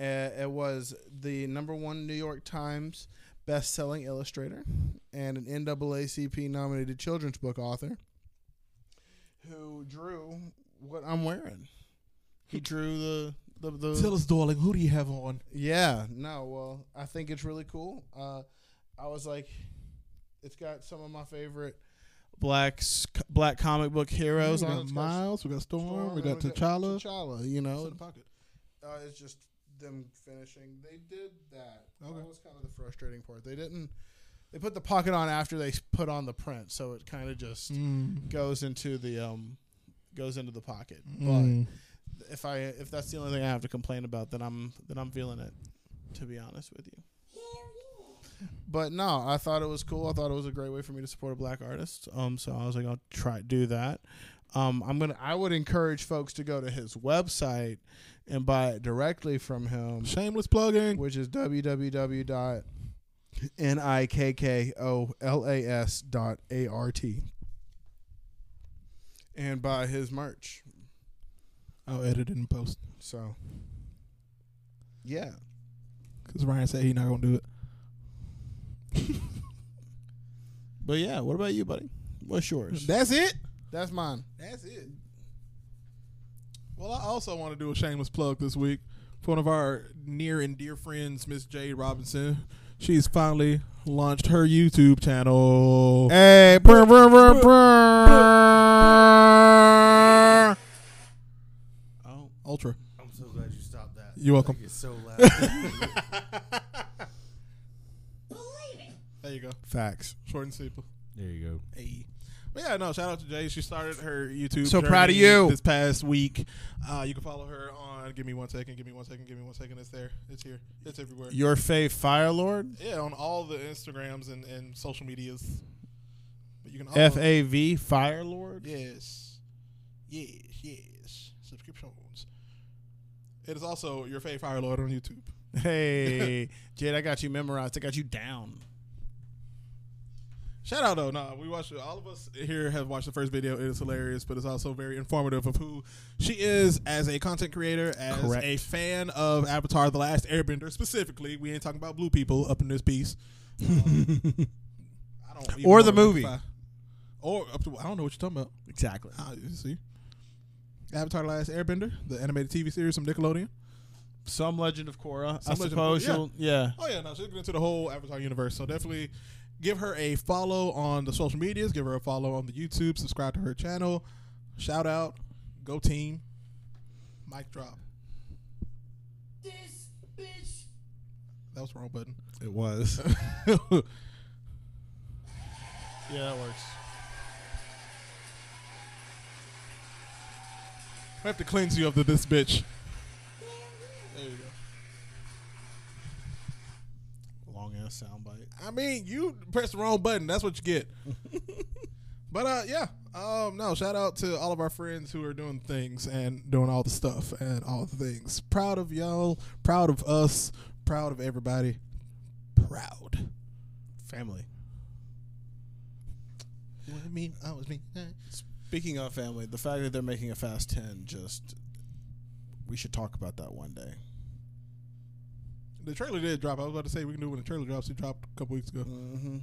Speaker 6: Uh, it was the number one New York Times best-selling illustrator and an NAACP-nominated children's book author, who drew what I'm wearing. He drew the the, the
Speaker 4: Tell us, darling, who do you have on?
Speaker 6: yeah, no, well, I think it's really cool. Uh, I was like, It's got some of my favorite black s- black comic book heroes
Speaker 4: we
Speaker 6: on
Speaker 4: got
Speaker 6: it.
Speaker 4: Miles, we got Storm, we got T'Challa.
Speaker 6: T'Challa, you know.
Speaker 4: pocket.
Speaker 6: Uh, it's just them finishing. They did that.
Speaker 4: Okay.
Speaker 6: That was kind of the frustrating part. They didn't. They put the pocket on after they s- put on the print, so it kind of just
Speaker 4: Mm.
Speaker 6: goes into the um goes into the pocket.
Speaker 4: Mm.
Speaker 6: But if I if that's the only thing I have to complain about, then I'm then I'm feeling it. To be honest with you. But no, I thought it was cool. I thought it was a great way for me to support a black artist. Um, so I was like, I'll try do that. Um, I'm gonna. I would encourage folks to go to his website and buy it directly from him,
Speaker 4: Shameless plugging.
Speaker 6: which is www.nikkolas.art, and buy his merch.
Speaker 4: I'll edit it and post
Speaker 6: So, yeah,
Speaker 4: because Ryan said he's not gonna do it.
Speaker 6: but yeah. What about you, buddy? What's yours?
Speaker 4: That's it.
Speaker 6: That's mine.
Speaker 4: That's it. Well, I also want to do a shameless plug this week for one of our near and dear friends, Miss Jade Robinson. She's finally launched her YouTube channel.
Speaker 6: Hey, brr, brr, brr, brr.
Speaker 4: Oh, Ultra.
Speaker 7: I'm so glad you stopped that.
Speaker 4: You're welcome.
Speaker 7: It's so loud.
Speaker 4: There you go.
Speaker 6: Facts.
Speaker 4: Short and simple.
Speaker 7: there you go.
Speaker 4: Hey. But yeah, no, shout out to Jay. She started her YouTube.
Speaker 6: So
Speaker 4: journey
Speaker 6: proud of you.
Speaker 4: This past week. Uh, you can follow her on Give Me One Second, Give Me One Second, Give Me One Second. It's there. It's here. It's everywhere.
Speaker 6: Your fave Firelord?
Speaker 4: Yeah, on all the Instagrams and, and social medias. But you can also.
Speaker 6: F A V Firelord?
Speaker 4: Yes. Yes, yes. Subscriptions. It is also your favorite Fire Lord on YouTube.
Speaker 6: Hey, Jade, I got you memorized. I got you down.
Speaker 4: Shout out though, nah, we watched it. All of us here have watched the first video. It is hilarious, but it's also very informative of who she is as a content creator, as
Speaker 6: Correct.
Speaker 4: a fan of Avatar: The Last Airbender specifically. We ain't talking about blue people up in this piece, um, I don't even
Speaker 6: Or the
Speaker 4: wanna
Speaker 6: movie.
Speaker 4: rectify- or up to, I don't know what you're talking about.
Speaker 6: Exactly.
Speaker 4: Ah, you see, Avatar: The Last Airbender, the animated TV series from Nickelodeon.
Speaker 6: Some Legend of Korra. I
Speaker 4: Legend of
Speaker 6: suppose
Speaker 4: Korra,
Speaker 6: you'll. Yeah.
Speaker 4: Oh yeah, no, she's getting into the whole Avatar universe. So definitely give her a follow on the social medias, give her a follow on the YouTube, subscribe to her channel. Shout out, go team. Mic drop. That was the wrong button.
Speaker 6: It was. yeah, that works.
Speaker 4: I have to cleanse you of the this bitch. There you go.
Speaker 6: Long ass soundbite.
Speaker 4: I mean, you press the wrong button. That's what you get. but uh, yeah. Um, no, shout out to all of our friends who are doing things and doing all the stuff and all the things. Proud of y'all. Proud of us. Proud of everybody. Proud.
Speaker 6: Family.
Speaker 4: I mean, I was me.
Speaker 6: Speaking of family, the fact that they're making a Fast 10 just. We should talk about that one day.
Speaker 4: The trailer did drop. I was about to say we can do it when the trailer drops. It dropped a couple weeks ago.
Speaker 6: Mm-hmm.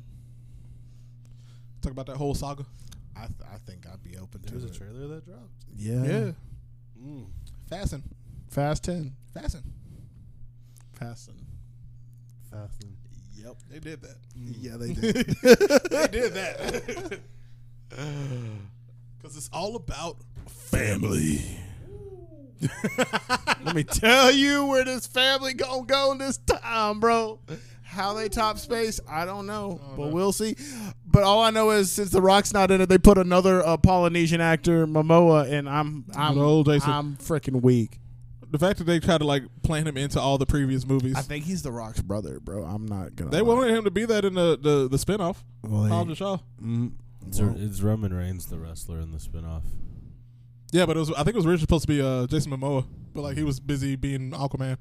Speaker 4: Talk about that whole saga.
Speaker 6: I, th- I think I'd be open
Speaker 7: There was
Speaker 6: to
Speaker 7: a
Speaker 6: it.
Speaker 7: trailer that dropped.
Speaker 6: yeah.
Speaker 7: Mm.
Speaker 4: Fasten.
Speaker 6: Fast 10.
Speaker 4: Fasten.
Speaker 6: Passing.
Speaker 7: Fasten.
Speaker 6: Yep.
Speaker 4: They did that.
Speaker 6: Yeah, they did.
Speaker 4: they did that. Because it's all about family.
Speaker 6: Let me tell you where this family gonna go this time, bro. How they top space, I don't know, but we'll see. But all I know is since The Rock's not in it, they put another uh, Polynesian actor, Momoa, and I'm I'm
Speaker 4: Good old Jason.
Speaker 6: I'm freaking weak.
Speaker 4: The fact that they tried to like plan him into all the previous movies.
Speaker 6: I think he's The Rock's brother, bro. I'm not gonna.
Speaker 4: they wanted him to be that in the the, the spinoff.
Speaker 6: Well,
Speaker 4: Hobbs
Speaker 6: they-
Speaker 4: and Shaw.
Speaker 7: It's, it's Roman Reigns, the wrestler, in the spinoff.
Speaker 4: Yeah, but it was I think it was originally supposed to be uh, Jason Momoa, but like he was busy being Aquaman.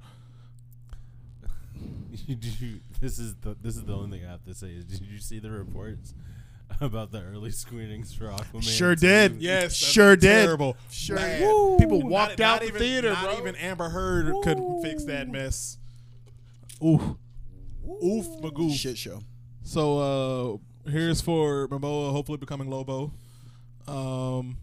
Speaker 7: Did you, this is the this is the only thing I have to say. Is did you see the reports about the early screenings for Aquaman?
Speaker 6: Sure
Speaker 7: 2?
Speaker 6: did.
Speaker 4: Yes,
Speaker 6: sure did.
Speaker 4: Terrible.
Speaker 6: Sure.
Speaker 4: Bad.
Speaker 6: Woo. People
Speaker 4: Not-
Speaker 6: walked
Speaker 4: not
Speaker 6: out the
Speaker 4: even-
Speaker 6: theater,
Speaker 4: not
Speaker 6: bro.
Speaker 4: even Amber Heard could fix that mess. Oof. Oof, Magoo.
Speaker 6: Shit show. So
Speaker 4: So uh here's for Momoa hopefully becoming Lobo. Um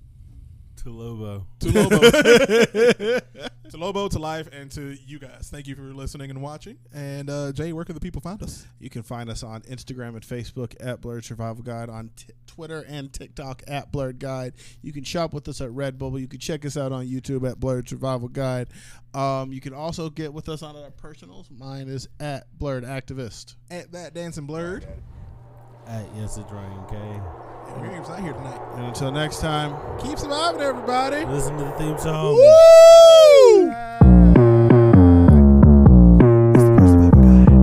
Speaker 7: to Lobo.
Speaker 4: to Lobo, to Lobo, to life, and to you guys. Thank you for listening and watching. And uh, Jay, where can the people find us?
Speaker 6: You can find us on Instagram and Facebook at Blurred Survival Guide, on t- Twitter and TikTok at Blurred Guide. You can shop with us at Redbubble. You can check us out on YouTube at Blurred Survival Guide. Um, you can also get with us on our personals. Mine is at Blurred Activist.
Speaker 4: At that dancing blurred.
Speaker 7: At yes, it's Ryan K.
Speaker 4: And Miriam's not here tonight.
Speaker 6: And until next time,
Speaker 4: Keep surviving, everybody.
Speaker 7: Listen to the theme song.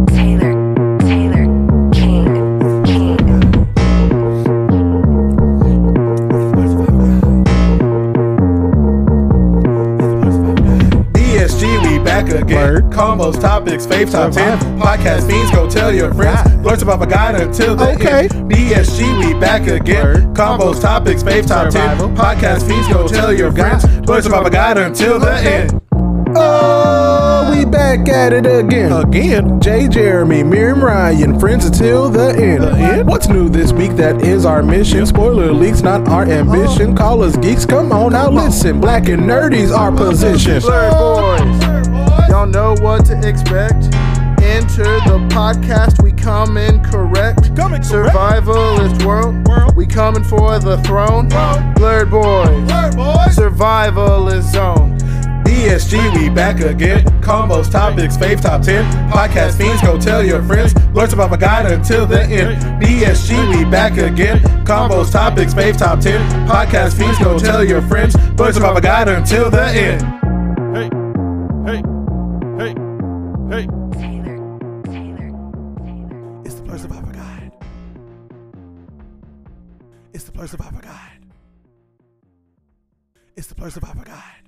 Speaker 5: Taylor, Taylor, King, King.
Speaker 1: DSG, we back again. Combos, topics, fave top 10. Podcast fiends, go tell your friends. Blurts about Vagina until the
Speaker 2: Okay.
Speaker 1: end. DSG, we back again. Combos, topics, fave top 10. Podcast fiends, go tell your friends. Blurts about Vagina until the end.
Speaker 2: Oh, we back at it again. Again? Jay Jeremy, Miriam Ryan, friends until the end. What's new this week? That is our mission. Spoiler leaks, not our
Speaker 1: Oh.
Speaker 2: ambition. Call us geeks, come on now listen. Black and nerdy's our position.
Speaker 3: Y'all know what to expect. Enter the podcast. We come in correct.
Speaker 1: Coming correct.
Speaker 3: Survivalist world. We coming for the throne. Blurred boys. Survivalist zone.
Speaker 1: DSG, E we back again. Combos, topics, fave top 10. Podcast fiends, go tell your friends. Blurts about Vagina until the end. DSG, we back again. Combos, topics, fave top 10. Podcast fiends, go tell your friends. Blurts about Vagina until the end.
Speaker 5: Taylor, Taylor, Taylor.
Speaker 1: It's the Blurts about Vagina. It's the Blurts about Vagina. It's the Blurts about Vagina.